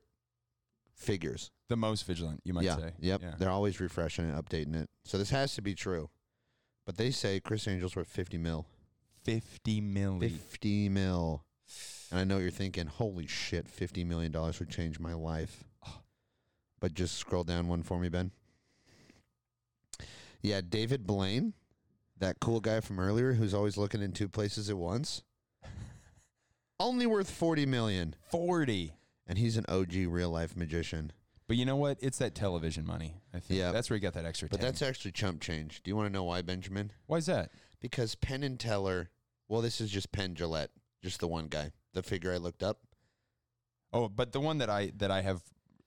Speaker 3: figures.
Speaker 1: the most vigilant, you might
Speaker 3: yeah.
Speaker 1: say.
Speaker 3: Yep.
Speaker 1: Yeah.
Speaker 3: They're always refreshing and updating it. So this has to be true. But they say Chris Angel's worth 50 mil.
Speaker 1: Fifty million.
Speaker 3: 50 mil. And I know what you're thinking, holy shit, $50 million would change my life. But just scroll down one for me, Ben. Yeah, David Blaine, that cool guy from earlier who's always looking in two places at once, only worth 40 million.
Speaker 1: Forty.
Speaker 3: And he's an OG real life magician.
Speaker 1: But you know what? It's that television money. I think.
Speaker 3: Yeah.
Speaker 1: That's where you got that extra.
Speaker 3: But
Speaker 1: 10.
Speaker 3: that's actually chump change. Do you want to know why, Benjamin?
Speaker 1: why is that?
Speaker 3: because Penn and Teller. Well, this is just Penn Gillette, just the one guy, the figure I looked up.
Speaker 1: Oh, but the one that I that I have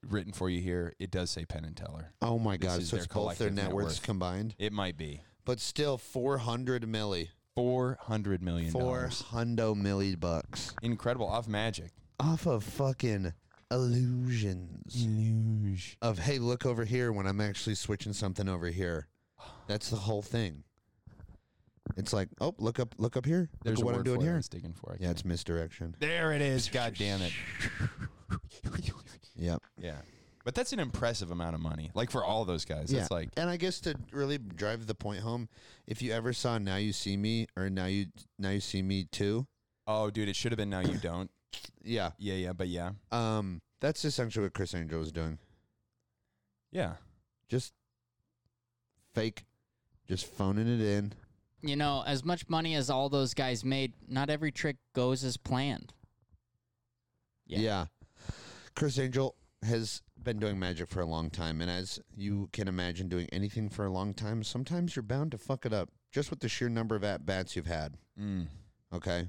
Speaker 1: written for you here, it does say Penn and Teller.
Speaker 3: Oh my
Speaker 1: This
Speaker 3: God!
Speaker 1: is
Speaker 3: So
Speaker 1: their
Speaker 3: it's both their
Speaker 1: collective
Speaker 3: net
Speaker 1: net
Speaker 3: worths
Speaker 1: worth.
Speaker 3: combined,
Speaker 1: It might be
Speaker 3: but still four hundred milli,
Speaker 1: four hundred million.
Speaker 3: four
Speaker 1: dollars.
Speaker 3: hundo milli bucks
Speaker 1: Incredible off magic.
Speaker 3: off of fucking
Speaker 1: Mm.
Speaker 3: illusions
Speaker 1: Deluge.
Speaker 3: of hey, look over here when I'm actually switching something over here. That's the whole thing. It's like, oh, look up, look up here.
Speaker 1: There's
Speaker 3: look
Speaker 1: a
Speaker 3: what
Speaker 1: word
Speaker 3: I'm doing
Speaker 1: for it I
Speaker 3: here.
Speaker 1: was digging for. I
Speaker 3: Yeah,
Speaker 1: can't-
Speaker 3: it's misdirection.
Speaker 1: there it is. God damn it.
Speaker 3: Yep.
Speaker 1: yeah. But that's an impressive amount of money. Like for all those guys. It's like
Speaker 3: and I guess to really drive the point home, if you ever saw Now You See Me or Now You Now You See Me Too,
Speaker 1: oh dude, it should have been now you don't.
Speaker 3: yeah,
Speaker 1: Yeah, yeah, but yeah.
Speaker 3: um, that's essentially what Chris Angel was doing.
Speaker 1: Yeah.
Speaker 3: Just fake, just phoning it in.
Speaker 2: you know, as much money as all those guys made, not every trick goes as planned. Yeah.
Speaker 3: Yeah. Chris Angel has been doing magic for a long time, and as you can imagine, doing anything for a long time, sometimes you're bound to fuck it up, just with the sheer number of at bats you've had.
Speaker 1: Mm.
Speaker 3: Okay.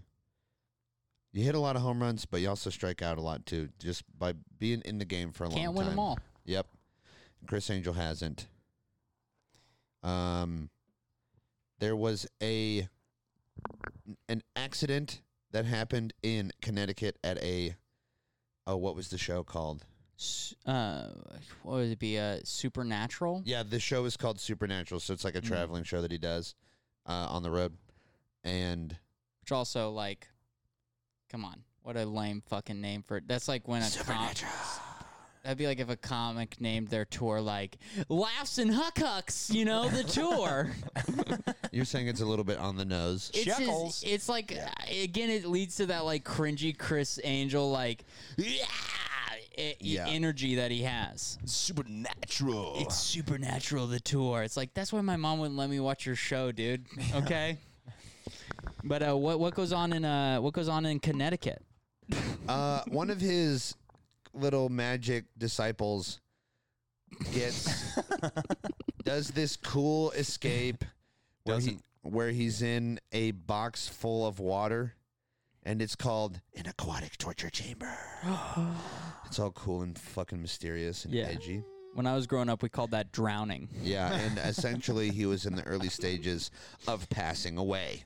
Speaker 3: You hit a lot of home runs, but you also strike out a lot too, just by being in the game for a long time.
Speaker 2: Can't win 'em all.
Speaker 3: Yep. Chris Angel hasn't. Um, there was a an accident that happened in Connecticut at a oh, what was the show called?
Speaker 2: S- Uh, what would it be? Uh, supernatural?
Speaker 3: Yeah, the show is called Supernatural, so it's like a traveling show that he does uh, on the road, and
Speaker 2: Which also, like, come on. What a lame fucking name for it. That's like when a comic. That'd be like if a comic named their tour like "Laughs and Huck Hucks," you know, the tour.
Speaker 3: You're saying it's a little bit on the nose.
Speaker 2: it's, just-
Speaker 1: Shekels.
Speaker 2: it's like uh, again, it leads to that like cringy Chris Angel like yeah, e- e-
Speaker 3: Yeah.
Speaker 2: energy that he has.
Speaker 1: Supernatural.
Speaker 2: It's supernatural, the tour. It's like that's why my mom wouldn't let me watch your show, dude. Okay. but uh, what what goes on in uh what goes on in Connecticut?
Speaker 3: Uh, one of his little magic disciples gets does this cool escape where, he,
Speaker 1: Doesn't.
Speaker 3: where he's in a box full of water, and it's called an aquatic torture chamber. it's all cool and fucking mysterious and
Speaker 2: Yeah.
Speaker 3: edgy.
Speaker 2: When I was growing up, we called that drowning.
Speaker 3: Yeah, and essentially he was in the early stages of passing away.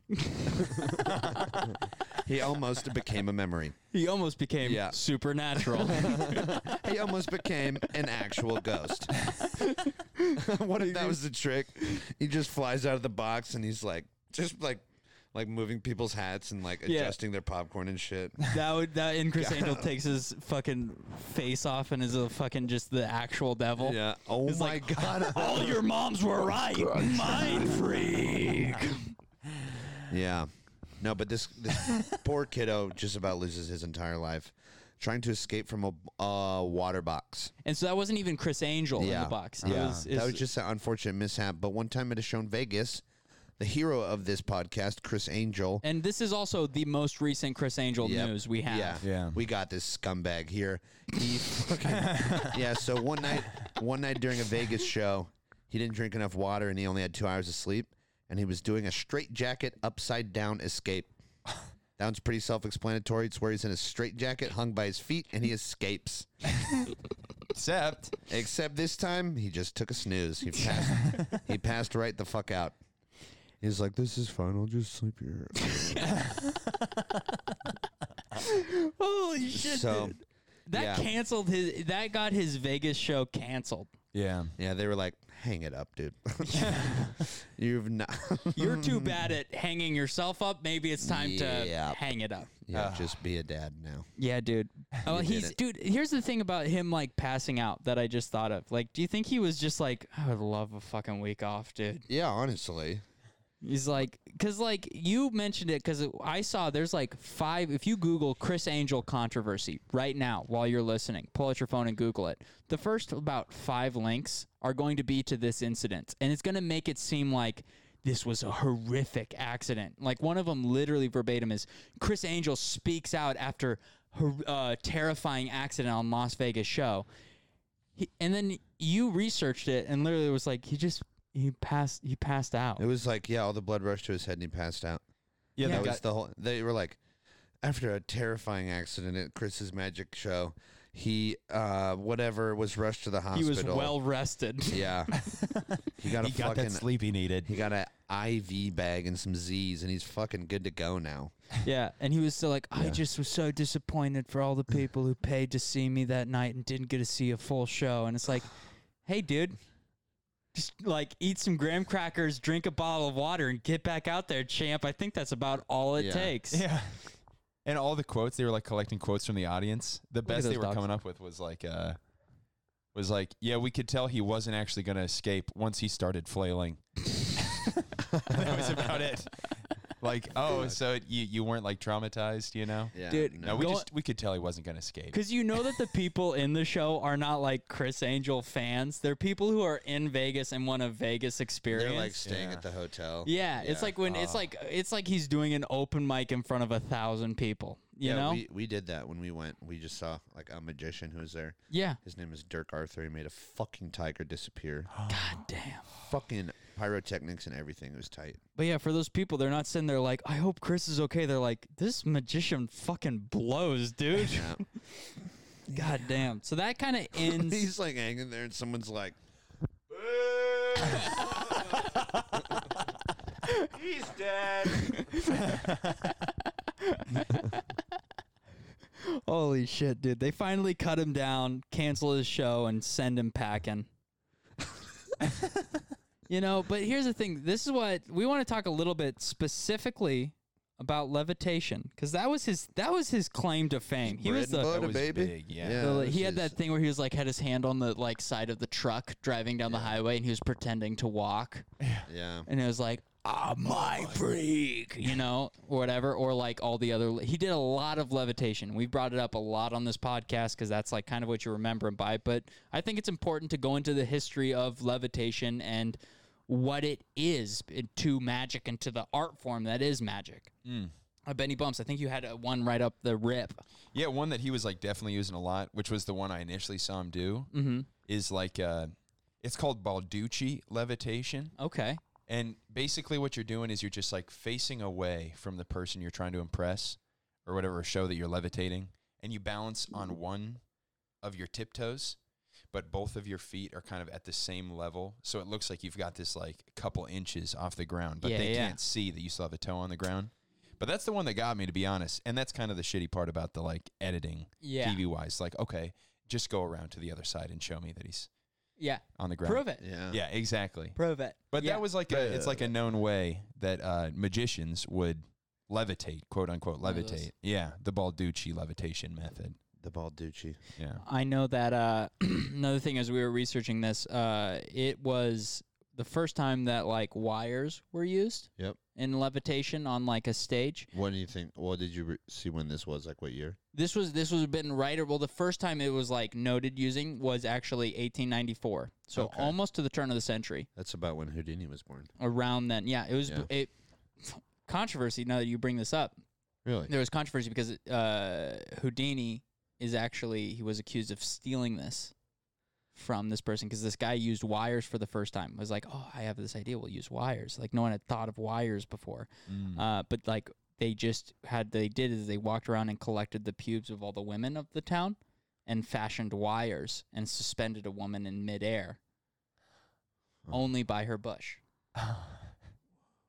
Speaker 3: he almost became a memory.
Speaker 2: He almost became
Speaker 3: Yeah.
Speaker 2: supernatural.
Speaker 3: He almost became an actual ghost. what if that was the trick? He just flies out of the box and he's like, just like, like moving people's hats and like
Speaker 2: Yeah.
Speaker 3: adjusting their popcorn and shit.
Speaker 2: that would that and Chris Angel takes his fucking face off and is a fucking just the actual devil.
Speaker 3: Yeah. Oh my god. Oh,
Speaker 2: All your moms were right. Mind freak.
Speaker 3: yeah. No, but this, this poor kiddo just about loses his entire life trying to escape from a uh, water box.
Speaker 2: And so that wasn't even Chris Angel in the box. It
Speaker 3: Yeah. Uh-huh.
Speaker 2: was,
Speaker 3: that was
Speaker 2: it's-
Speaker 3: just an unfortunate mishap. But one time it is shown Vegas, the hero of this podcast, Chris Angel.
Speaker 2: And this is also the most recent Chris Angel
Speaker 3: Yep.
Speaker 2: news we have.
Speaker 3: Yeah.
Speaker 1: Yeah.
Speaker 3: We got this scumbag here. He fucking Yeah, so one night one night during a Vegas show, he didn't drink enough water and he only had 2 hours of sleep and he was doing a straight jacket upside down escape. That one's pretty self-explanatory. It's where he's in a straight jacket hung by his feet and he escapes.
Speaker 1: Except
Speaker 3: Except this time he just took a snooze. He passed he passed right the fuck out. He's like, This is fine, I'll just sleep here.
Speaker 2: Holy shit.
Speaker 3: so
Speaker 2: that
Speaker 3: yeah.
Speaker 2: canceled his that got his Vegas show canceled.
Speaker 1: yeah.
Speaker 3: Yeah, they were like, hang it up, dude. You've not.
Speaker 2: You're too bad at hanging yourself up. Maybe it's time
Speaker 3: Yeah.
Speaker 2: to hang it up.
Speaker 3: yeah, just be a dad now.
Speaker 2: Yeah, dude. Oh, he's dude. Here's the thing about him like passing out that I just thought of. Like, do you think he was just like, I would love a fucking week off, dude?
Speaker 3: Yeah, honestly.
Speaker 2: He's like, because like you mentioned it, because I saw there's like five. If you Google Chris Angel controversy right now while you're listening, pull out your phone and Google it. The first about five links are going to be to this incident, and it's going to make it seem like this was a horrific accident. Like one of them, literally verbatim, is Chris Angel speaks out after her uh, terrifying accident on Las Vegas show. He, and then you researched it, and literally it was like he just he passed he passed out.
Speaker 3: It was like, yeah, all the blood rushed to his head and he passed out.
Speaker 1: Yeah,
Speaker 3: that
Speaker 1: that
Speaker 3: was the whole. They were like, after a terrifying accident at Chris's magic show, he, uh, whatever, was rushed to the
Speaker 2: He
Speaker 3: hospital.
Speaker 2: was well rested.
Speaker 3: Yeah. he got a
Speaker 1: he got
Speaker 3: fucking.
Speaker 1: that sleep he needed.
Speaker 3: he got an IV bag and some Z's, and he's fucking good to go now.
Speaker 2: yeah, and he was still like, I just was so disappointed for all the people who paid to see me that night and didn't get to see a full show. And it's like, hey, dude, just like eat some graham crackers, drink a bottle of water, and get back out there, champ. I think that's about all it
Speaker 3: Yeah.
Speaker 2: takes.
Speaker 1: Yeah. And all the quotes they were like collecting quotes from the audience. The
Speaker 2: at
Speaker 1: best they
Speaker 2: those
Speaker 1: were
Speaker 2: dogs.
Speaker 1: coming up with was like uh was like, yeah, we could tell he wasn't actually going to escape once he started flailing. that was about it. Like, oh, so it, you you weren't like traumatized, you know?
Speaker 3: Yeah.
Speaker 2: Dude,
Speaker 1: No, we
Speaker 2: Go-
Speaker 1: just we could tell he wasn't going to escape.
Speaker 2: Because you know that the people in the show are not like Chris Angel fans. They're people who are in Vegas and want a Vegas experience.
Speaker 3: They're like Oh. staying
Speaker 1: Yeah.
Speaker 3: at the hotel.
Speaker 2: Yeah, it's like when it's like it's like he's doing an open mic in front of a thousand people. You
Speaker 3: yeah,
Speaker 2: know?
Speaker 3: we, we did that when we went. We just saw like a magician who was there.
Speaker 2: yeah.
Speaker 3: His name is Dirk Arthur. He made a fucking tiger disappear.
Speaker 2: God damn.
Speaker 3: fucking pyrotechnics and everything. It was tight.
Speaker 2: But yeah, for those people, they're not sitting there like, I hope Chris is okay. They're like, this magician fucking blows, dude. God damn. So that kind of ends.
Speaker 3: He's like hanging there, and someone's like,
Speaker 4: He's dead.
Speaker 2: Holy shit, dude. They finally cut him down, cancel his show, and send him packing. you know, but here's the thing. This is what we want to talk a little bit specifically about levitation because that was his that was his claim to fame. He
Speaker 3: Bread
Speaker 2: was
Speaker 3: and
Speaker 2: the,
Speaker 1: That
Speaker 3: butter,
Speaker 1: was
Speaker 3: baby.
Speaker 1: big, yeah.
Speaker 2: the- he
Speaker 3: Uh, this
Speaker 2: had
Speaker 3: is-
Speaker 2: that thing where he was like had his hand on the like side of the truck driving down the highway and he was pretending to walk
Speaker 3: Yeah.
Speaker 2: and it was like ah
Speaker 3: Oh,
Speaker 2: my freak you know or whatever or like all the other he did a lot of levitation we brought it up a lot on this podcast because that's like kind of what you remember him by but i think it's important to go into the history of levitation and what it is it- to magic and to the art form that is magic
Speaker 3: Mm.
Speaker 2: uh, benny bumps i think you had uh, one right up the rip
Speaker 1: Yeah, one that he was like definitely using a lot, which was the one I initially saw him do,
Speaker 2: Mm-hmm.
Speaker 1: is like uh, it's called Balducci levitation.
Speaker 2: okay
Speaker 1: And basically, what you're doing is you're just like facing away from the person you're trying to impress or whatever, or show that you're levitating. And you balance on one of your tiptoes, but both of your feet are kind of at the same level. So it looks like you've got this like couple inches off the ground, but
Speaker 2: Yeah,
Speaker 1: they
Speaker 2: yeah.
Speaker 1: can't see that you still have a toe on the ground. But that's the one that got me, to be honest. And that's kind of the shitty part about the like editing
Speaker 2: Yeah.
Speaker 1: TV wise. Like, okay, just go around to the other side and show me that he's
Speaker 2: yeah
Speaker 1: on the ground.
Speaker 2: prove it
Speaker 3: Yeah.
Speaker 1: Yeah, exactly.
Speaker 2: prove it
Speaker 1: But
Speaker 2: Yeah.
Speaker 1: that was like a it's like a known way that uh, magicians would levitate, quote unquote
Speaker 2: One of those.
Speaker 1: levitate. Yeah, the Balducci levitation method.
Speaker 3: The Balducci.
Speaker 1: Yeah.
Speaker 2: I know that uh, another thing as we were researching this, uh, it was the first time that like wires were used
Speaker 3: Yep.
Speaker 2: in levitation on like a stage.
Speaker 3: When do you think? What did you re- see when this was? Like what year?
Speaker 2: This was this was been right well the first time it was like noted using was actually 1894. So
Speaker 3: Okay.
Speaker 2: almost to the turn of the century
Speaker 3: That's about when Houdini was born.
Speaker 2: around then. Yeah, it was
Speaker 3: Yeah.
Speaker 2: it controversy now that you bring this up.
Speaker 3: Really?
Speaker 2: There was controversy because uh, Houdini is actually he was accused of stealing this from this person because this guy used wires for the first time. It was like, oh, I have this idea. We'll use wires. Like no one had thought of wires before.
Speaker 1: Mm.
Speaker 3: Hmm.
Speaker 2: Uh, but like they just had they did is they walked around and collected the pubes of all the women of the town and fashioned wires and suspended a woman in midair only by her bush.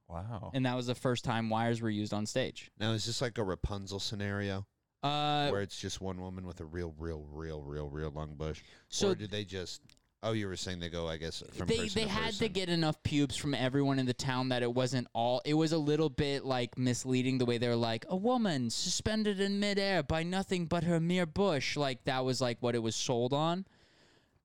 Speaker 1: wow.
Speaker 2: And that was the first time wires were used on stage.
Speaker 3: Now is this like a Rapunzel scenario
Speaker 2: Uh,
Speaker 3: where it's just one woman with a real, real, real, real, real long bush?
Speaker 2: So-
Speaker 3: or did they just? Oh, you were saying they go. I guess from
Speaker 2: they
Speaker 3: person
Speaker 2: they
Speaker 3: to
Speaker 2: had to
Speaker 3: person.
Speaker 2: get enough pubes from everyone in the town that it wasn't all. It was a little bit like misleading the way they were like a woman suspended in midair by nothing but her mere bush. Like that was like what it was sold on,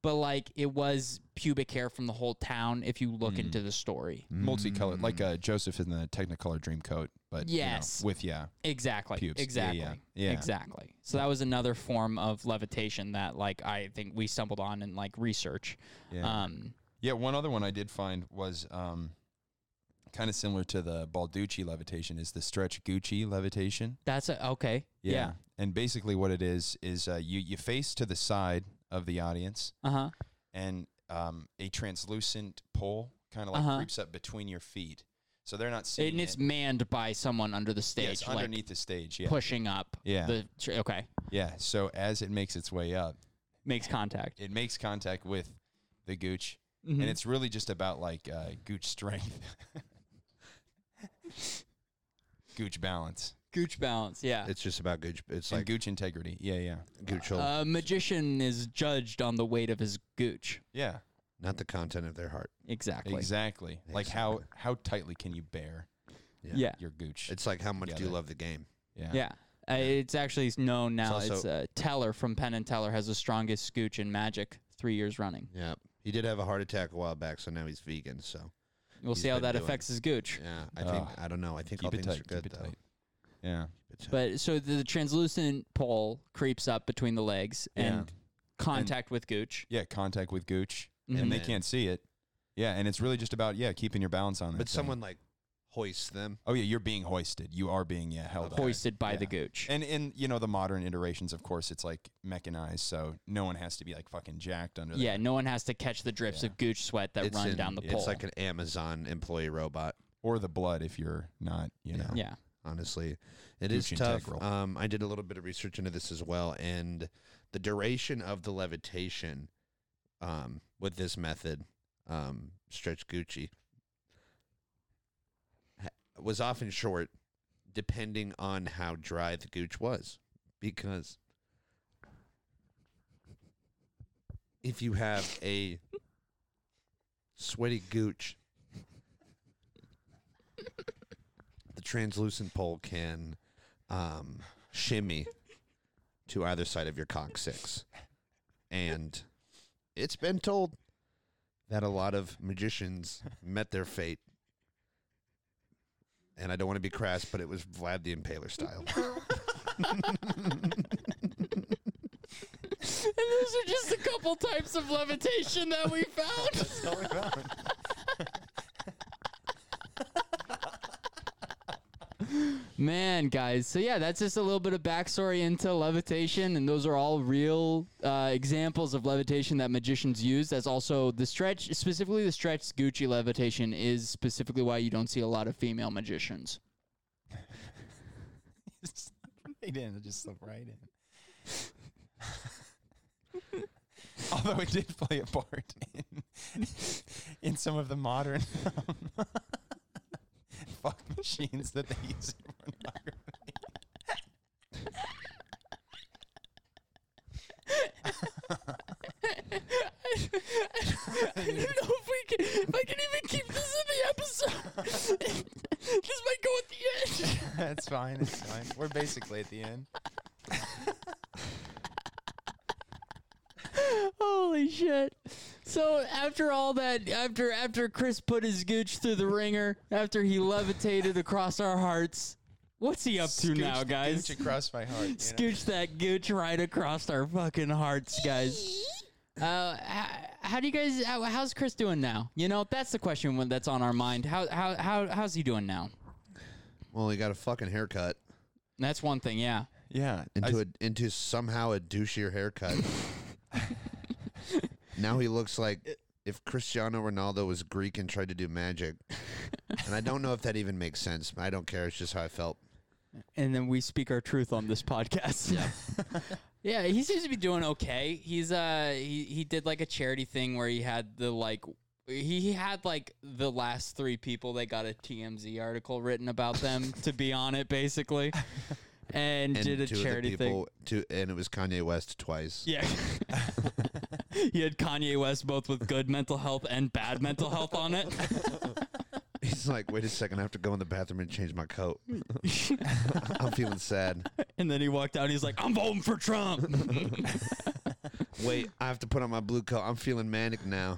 Speaker 2: but like it was pubic hair from the whole town. If you look into the story,
Speaker 1: Multicolored, like uh, Joseph in the Technicolor Dreamcoat, but you know,
Speaker 2: Mm. Yes. Uh,
Speaker 1: with yeah,
Speaker 2: exactly,
Speaker 1: Pubes. Yeah,
Speaker 2: exactly,
Speaker 1: yeah, yeah.
Speaker 2: exactly. So that was another form of levitation that like I think we stumbled on in like research.
Speaker 1: Yeah.
Speaker 2: Um,
Speaker 1: yeah. One other one I did find was um, kind of similar to the Balducci levitation is the stretch Gucci levitation.
Speaker 2: that's a, okay. Yeah.
Speaker 1: And basically, what it is is uh, you you face to the side of the audience,
Speaker 2: Uh huh.
Speaker 1: and um, a translucent pole kind of like
Speaker 2: Uh-huh.
Speaker 1: creeps up between your feet, so they're not seeing
Speaker 2: And it's
Speaker 1: it.
Speaker 2: manned by someone under the stage,
Speaker 1: Yes,
Speaker 2: like
Speaker 1: underneath the stage. Yeah,
Speaker 2: pushing up.
Speaker 1: Yeah.
Speaker 2: The tr- okay
Speaker 1: yeah. So as it makes its way up,
Speaker 2: makes contact.
Speaker 1: it makes contact with the gooch,
Speaker 2: Mm-hmm.
Speaker 1: and it's really just about like uh, gooch strength, gooch balance,
Speaker 2: Gooch balance. Yeah.
Speaker 3: It's just about gooch. It's
Speaker 1: and
Speaker 3: like
Speaker 1: gooch integrity. Yeah, yeah,
Speaker 3: gooch.
Speaker 2: A Uh, magician is judged on the weight of his gooch.
Speaker 1: yeah.
Speaker 3: not the content of their heart.
Speaker 2: Exactly.
Speaker 1: Exactly. Like how how tightly can you bear
Speaker 2: Yeah.
Speaker 1: your gooch?
Speaker 3: It's like how much do you
Speaker 1: Together.
Speaker 3: love the game?
Speaker 1: yeah.
Speaker 2: Yeah. Uh, it's actually known now. It's,
Speaker 3: also-
Speaker 2: uh, Teller from Penn and Teller has the strongest gooch in Magic three years running.
Speaker 3: Yeah. He did have a heart attack a while back, so now he's vegan. So Uh,
Speaker 2: We'll
Speaker 3: He's
Speaker 2: see how
Speaker 3: been
Speaker 2: that
Speaker 3: doing
Speaker 2: affects his gooch.
Speaker 3: yeah, I think
Speaker 1: Ugh.
Speaker 3: I don't know. I think all
Speaker 1: Keep it
Speaker 3: things
Speaker 1: tight.
Speaker 3: are good
Speaker 1: keep it
Speaker 3: though.
Speaker 1: tight. Yeah.
Speaker 3: It's-
Speaker 2: But so the, the translucent pole creeps up between the legs
Speaker 1: Yeah.
Speaker 2: and contact with gooch.
Speaker 1: Yeah, contact with Gooch,
Speaker 2: Mhm.
Speaker 1: and they
Speaker 3: then-
Speaker 1: can't see it. Yeah, and it's really just about yeah keeping your balance on that.
Speaker 3: but
Speaker 1: thing.
Speaker 3: someone like hoists them.
Speaker 1: oh yeah, you're being hoisted. You are being yeah held up.
Speaker 2: Hoisted by the
Speaker 1: Yeah.
Speaker 2: gooch.
Speaker 1: And in you know the modern iterations, of course, it's like mechanized, so no one has to be like fucking jacked under.
Speaker 2: Yeah, no one has to catch the drips of gooch sweat that
Speaker 3: It's
Speaker 2: run
Speaker 3: in-
Speaker 2: down the
Speaker 3: it's
Speaker 2: pole.
Speaker 3: like an Amazon employee robot.
Speaker 1: the, or the blood if you're not you know.
Speaker 2: yeah.
Speaker 3: Honestly, it is
Speaker 1: Huge
Speaker 3: tough.
Speaker 1: integral.
Speaker 3: Um, I did a little bit of research into this as well, and the duration of the levitation um, with this method, um, stretch Gucci, ha- was often short, depending on how dry the gooch was, because if you have a sweaty gooch, the translucent pole can um, shimmy to either side of your cock six. And it's been told that a lot of magicians met their fate. And I don't want to be crass, but it was Vlad the Impaler style.
Speaker 2: And those are just a couple types of levitation that we found. Man, guys. So yeah, that's just a little bit of backstory into levitation, and those are all real uh, examples of levitation that magicians use. That's also the stretch, specifically the stretch Gucci levitation, is specifically why you don't see a lot of female magicians.
Speaker 5: Right in, it just slipped right in. Although it did play a part in, in some of the modern um, fuck machines that they use in pornography.
Speaker 2: I don't know if we can, if I can even keep this in the episode. this might go at the end.
Speaker 5: That's fine. It's fine. We're basically at the end.
Speaker 2: Holy shit! So after all that, after after Chris put his gooch through the ringer, after he levitated across our hearts, what's he up to now,
Speaker 5: Scooch-
Speaker 2: guys?
Speaker 5: Scooch across my heart. you know?
Speaker 2: Scooch that gooch right across our fucking hearts, guys. Uh, how, how do you guys? How, how's Chris doing now? You know, that's the question one that's on our mind. How how how how's he doing now?
Speaker 3: well, he got a fucking haircut
Speaker 2: That's one thing, yeah.
Speaker 1: Yeah. I
Speaker 3: into a, into somehow a douchier haircut. now he looks like if Cristiano Ronaldo was Greek and tried to do magic. And I don't know if that even makes sense. I don't care. It's just how I felt.
Speaker 2: and then we speak our truth on this podcast. Yeah. yeah, he seems to be doing okay. He's uh he, he did like a charity thing where he had the like he he had like the last three people that got a TMZ article written about them to be on it basically. And, did a
Speaker 3: two of the
Speaker 2: charity thing.
Speaker 3: people- Two, and it was Kanye West twice.
Speaker 2: Yeah. he had Kanye West both with good mental health and bad mental health on it.
Speaker 3: He's like, wait a second, I have to go in the bathroom and change my coat. I'm feeling sad.
Speaker 2: And then he walked out and he's like, I'm voting for Trump.
Speaker 3: Wait, I have to put on my blue coat. I'm feeling manic now.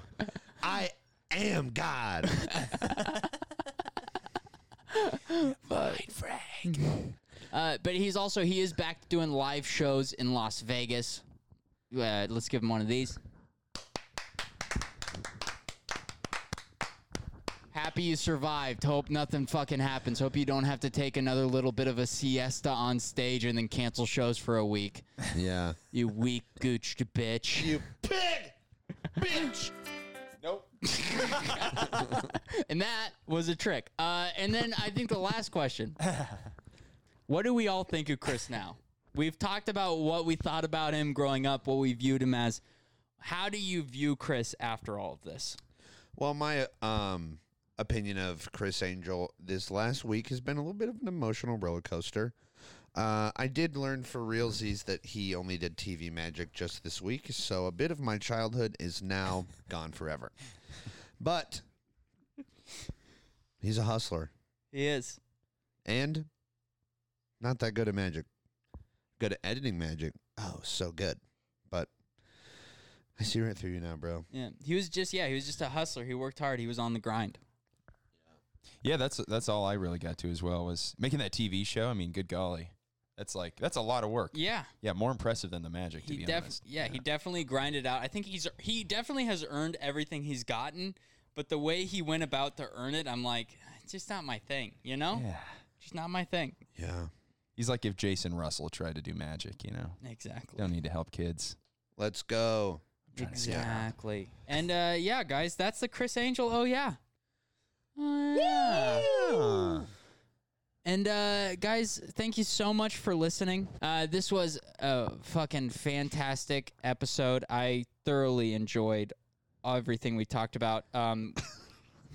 Speaker 3: I am God.
Speaker 2: Uh, but he's also he is back doing live shows in Las Vegas. Uh, let's give him one of these. Happy you survived. Hope nothing fucking happens. Hope you don't have to take another little bit of a siesta on stage and then cancel shows for a week.
Speaker 3: Yeah.
Speaker 2: You weak gooched bitch.
Speaker 3: You pig! Bitch!
Speaker 5: Nope.
Speaker 2: And that was a trick. Uh, and then I think the last question What do we all think of Chris now? We've talked about what we thought about him growing up, what we viewed him as. How do you view Chris after all of this?
Speaker 3: Well, my um opinion of Chris Angel this last week has been a little bit of an emotional roller coaster. Uh, I did learn for realsies that he only did TV magic just this week, so a bit of my childhood is now gone forever. But he's a hustler
Speaker 2: He is.
Speaker 3: and not that good at magic. Good at editing magic. Oh, so good. But I see right through you now, bro.
Speaker 2: Yeah. He was just, yeah, he was just a hustler. He worked hard, he was on the grind.
Speaker 1: Yeah, that's that's all I really got to as well was making that TV show. I mean, good golly, that's like that's a lot of work.
Speaker 2: Yeah.
Speaker 1: Yeah, more impressive than the magic. To
Speaker 2: He
Speaker 1: be
Speaker 2: def-
Speaker 1: honest,
Speaker 2: yeah, he definitely grinded out. I think he's he definitely has earned everything he's gotten, but the way he went about to earn it, I'm like, it's just not my thing, you know?
Speaker 1: yeah,
Speaker 2: Just not my thing.
Speaker 3: Yeah.
Speaker 1: he's like if Jason Russell tried to do magic, you know,
Speaker 2: Exactly.
Speaker 1: don't need to help kids.
Speaker 3: Let's go.
Speaker 2: Exactly. And uh, yeah, guys, that's the Chris Angel. Oh yeah. Oh,
Speaker 1: Ah.
Speaker 2: yeah. And uh, guys, thank you so much for listening. Uh, this was a fucking fantastic episode. I thoroughly enjoyed everything we talked about. Um,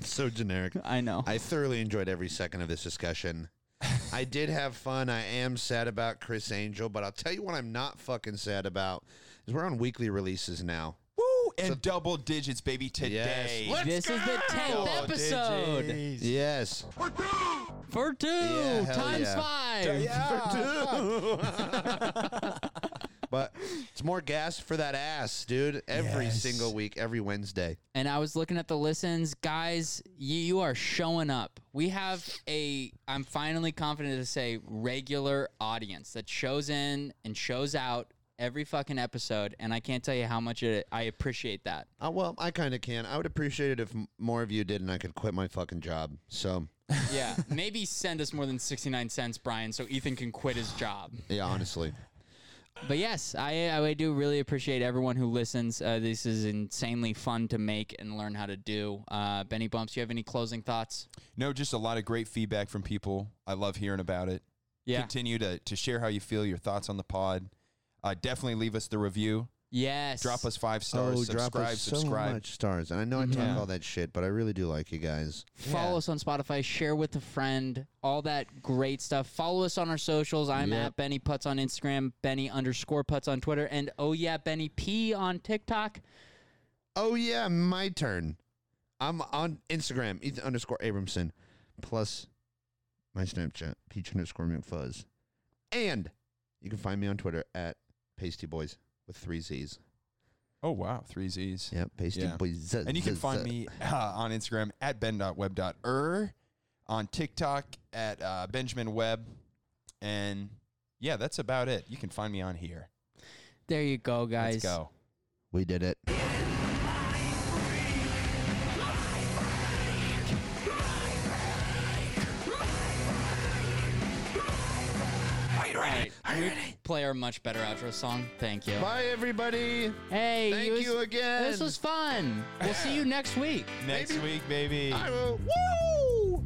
Speaker 3: So generic.
Speaker 2: I know.
Speaker 3: I thoroughly enjoyed every second of this discussion. I did have fun. I am sad about Chris Angel, but I'll tell you what I'm not fucking sad about is we're on weekly releases now.
Speaker 5: Woo!
Speaker 1: and double digits, baby, today.
Speaker 3: Let's Oh,
Speaker 2: this is the 10th episode
Speaker 3: Yes.
Speaker 4: We're doomed!
Speaker 2: for two
Speaker 3: Yeah, hell
Speaker 2: times
Speaker 3: yeah.
Speaker 2: five.
Speaker 3: But it's more gas for that ass, dude. Every
Speaker 5: Yes.
Speaker 3: single week, every Wednesday.
Speaker 2: And I was looking at the listens, guys. You, you are showing up. We have a. I'm finally confident to say regular audience that shows in and shows out every fucking episode, and I can't tell you how much it, I appreciate that.
Speaker 3: Uh, well, I kind of can. I would appreciate it if m- more of you did, and I could quit my fucking job. So,
Speaker 2: Yeah, maybe send us more than 69 cents, Brian, so Ethan can quit his job.
Speaker 3: yeah, honestly,
Speaker 2: But yes, I, I do really appreciate everyone who listens. Uh, this is insanely fun to make and learn how to do. Uh, Benny Bumps, you have any closing thoughts?
Speaker 1: No, just a lot of great feedback from people. I love hearing about it.
Speaker 2: Yeah.
Speaker 1: Continue to, to share how you feel, your thoughts on the pod. Uh, definitely leave us the review.
Speaker 2: Yes.
Speaker 1: Drop us five stars. subscribe, subscribe.
Speaker 3: Oh, so much stars. And I know I talk all that shit, but I really do like you guys.
Speaker 2: Follow us on Spotify. Share with a friend. All that great stuff. Follow us on our socials. I'm
Speaker 3: Yep.
Speaker 2: at Benny Putz on Instagram, Benny underscore Putz on Twitter, and oh yeah, Benny P on TikTok.
Speaker 3: Oh yeah, my turn. I'm on Instagram, Ethan underscore Abramson, plus my Snapchat, Peach underscore McFuzz, and you can find me on Twitter at Pasty Boys with three Z's.
Speaker 1: Oh, wow. Three Z's.
Speaker 3: Yep, Pasty
Speaker 1: Yeah.
Speaker 3: Boys.
Speaker 1: And you can find me uh, on Instagram at ben.web.er, on TikTok at uh, Benjamin Webb. And yeah, that's about it. You can find me on here.
Speaker 2: There you go, guys.
Speaker 1: Let's go.
Speaker 3: We did it.
Speaker 2: Play our much better outro song. Thank you.
Speaker 3: Bye everybody.
Speaker 2: Hey,
Speaker 3: Thank
Speaker 2: it was-
Speaker 3: you again.
Speaker 2: This was fun. We'll see you next week.
Speaker 1: Next week, baby.
Speaker 3: I will. Woo!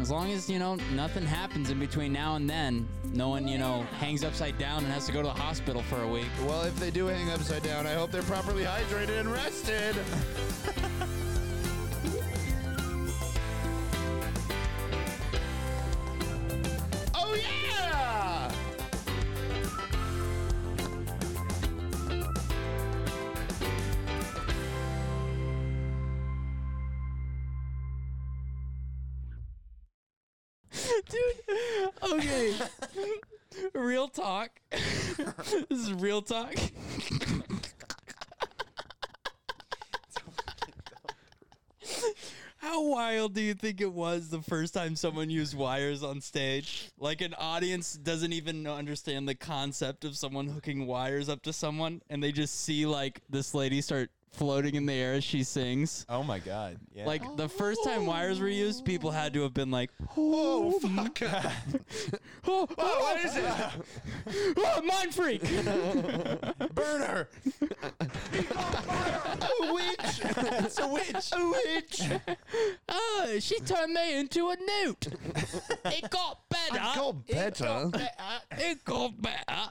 Speaker 2: As long as, you know, nothing happens in between now and then, no one, you know, hangs upside down and has to go to the hospital for a week.
Speaker 3: Well, if they do hang upside down, I hope they're properly hydrated and rested. oh, yeah!
Speaker 2: Dude, okay. real talk. this is real talk. How wild do you think it was the first time someone used wires on stage? Like an audience doesn't even know- understand the concept of someone hooking wires up to someone, and they just see like this lady start floating in the air as she sings.
Speaker 1: Oh, my God. Yeah.
Speaker 2: Like the first time wires were used, people had to have been like,
Speaker 3: Oh, fuck.
Speaker 2: Oh,
Speaker 3: Oh, what is it?
Speaker 2: oh, mind freak.
Speaker 3: Burner. a witch. it's a witch. A witch.
Speaker 2: oh, she turned me into a
Speaker 1: Uh,
Speaker 2: newt. It got better.
Speaker 3: Go better.
Speaker 2: It got better.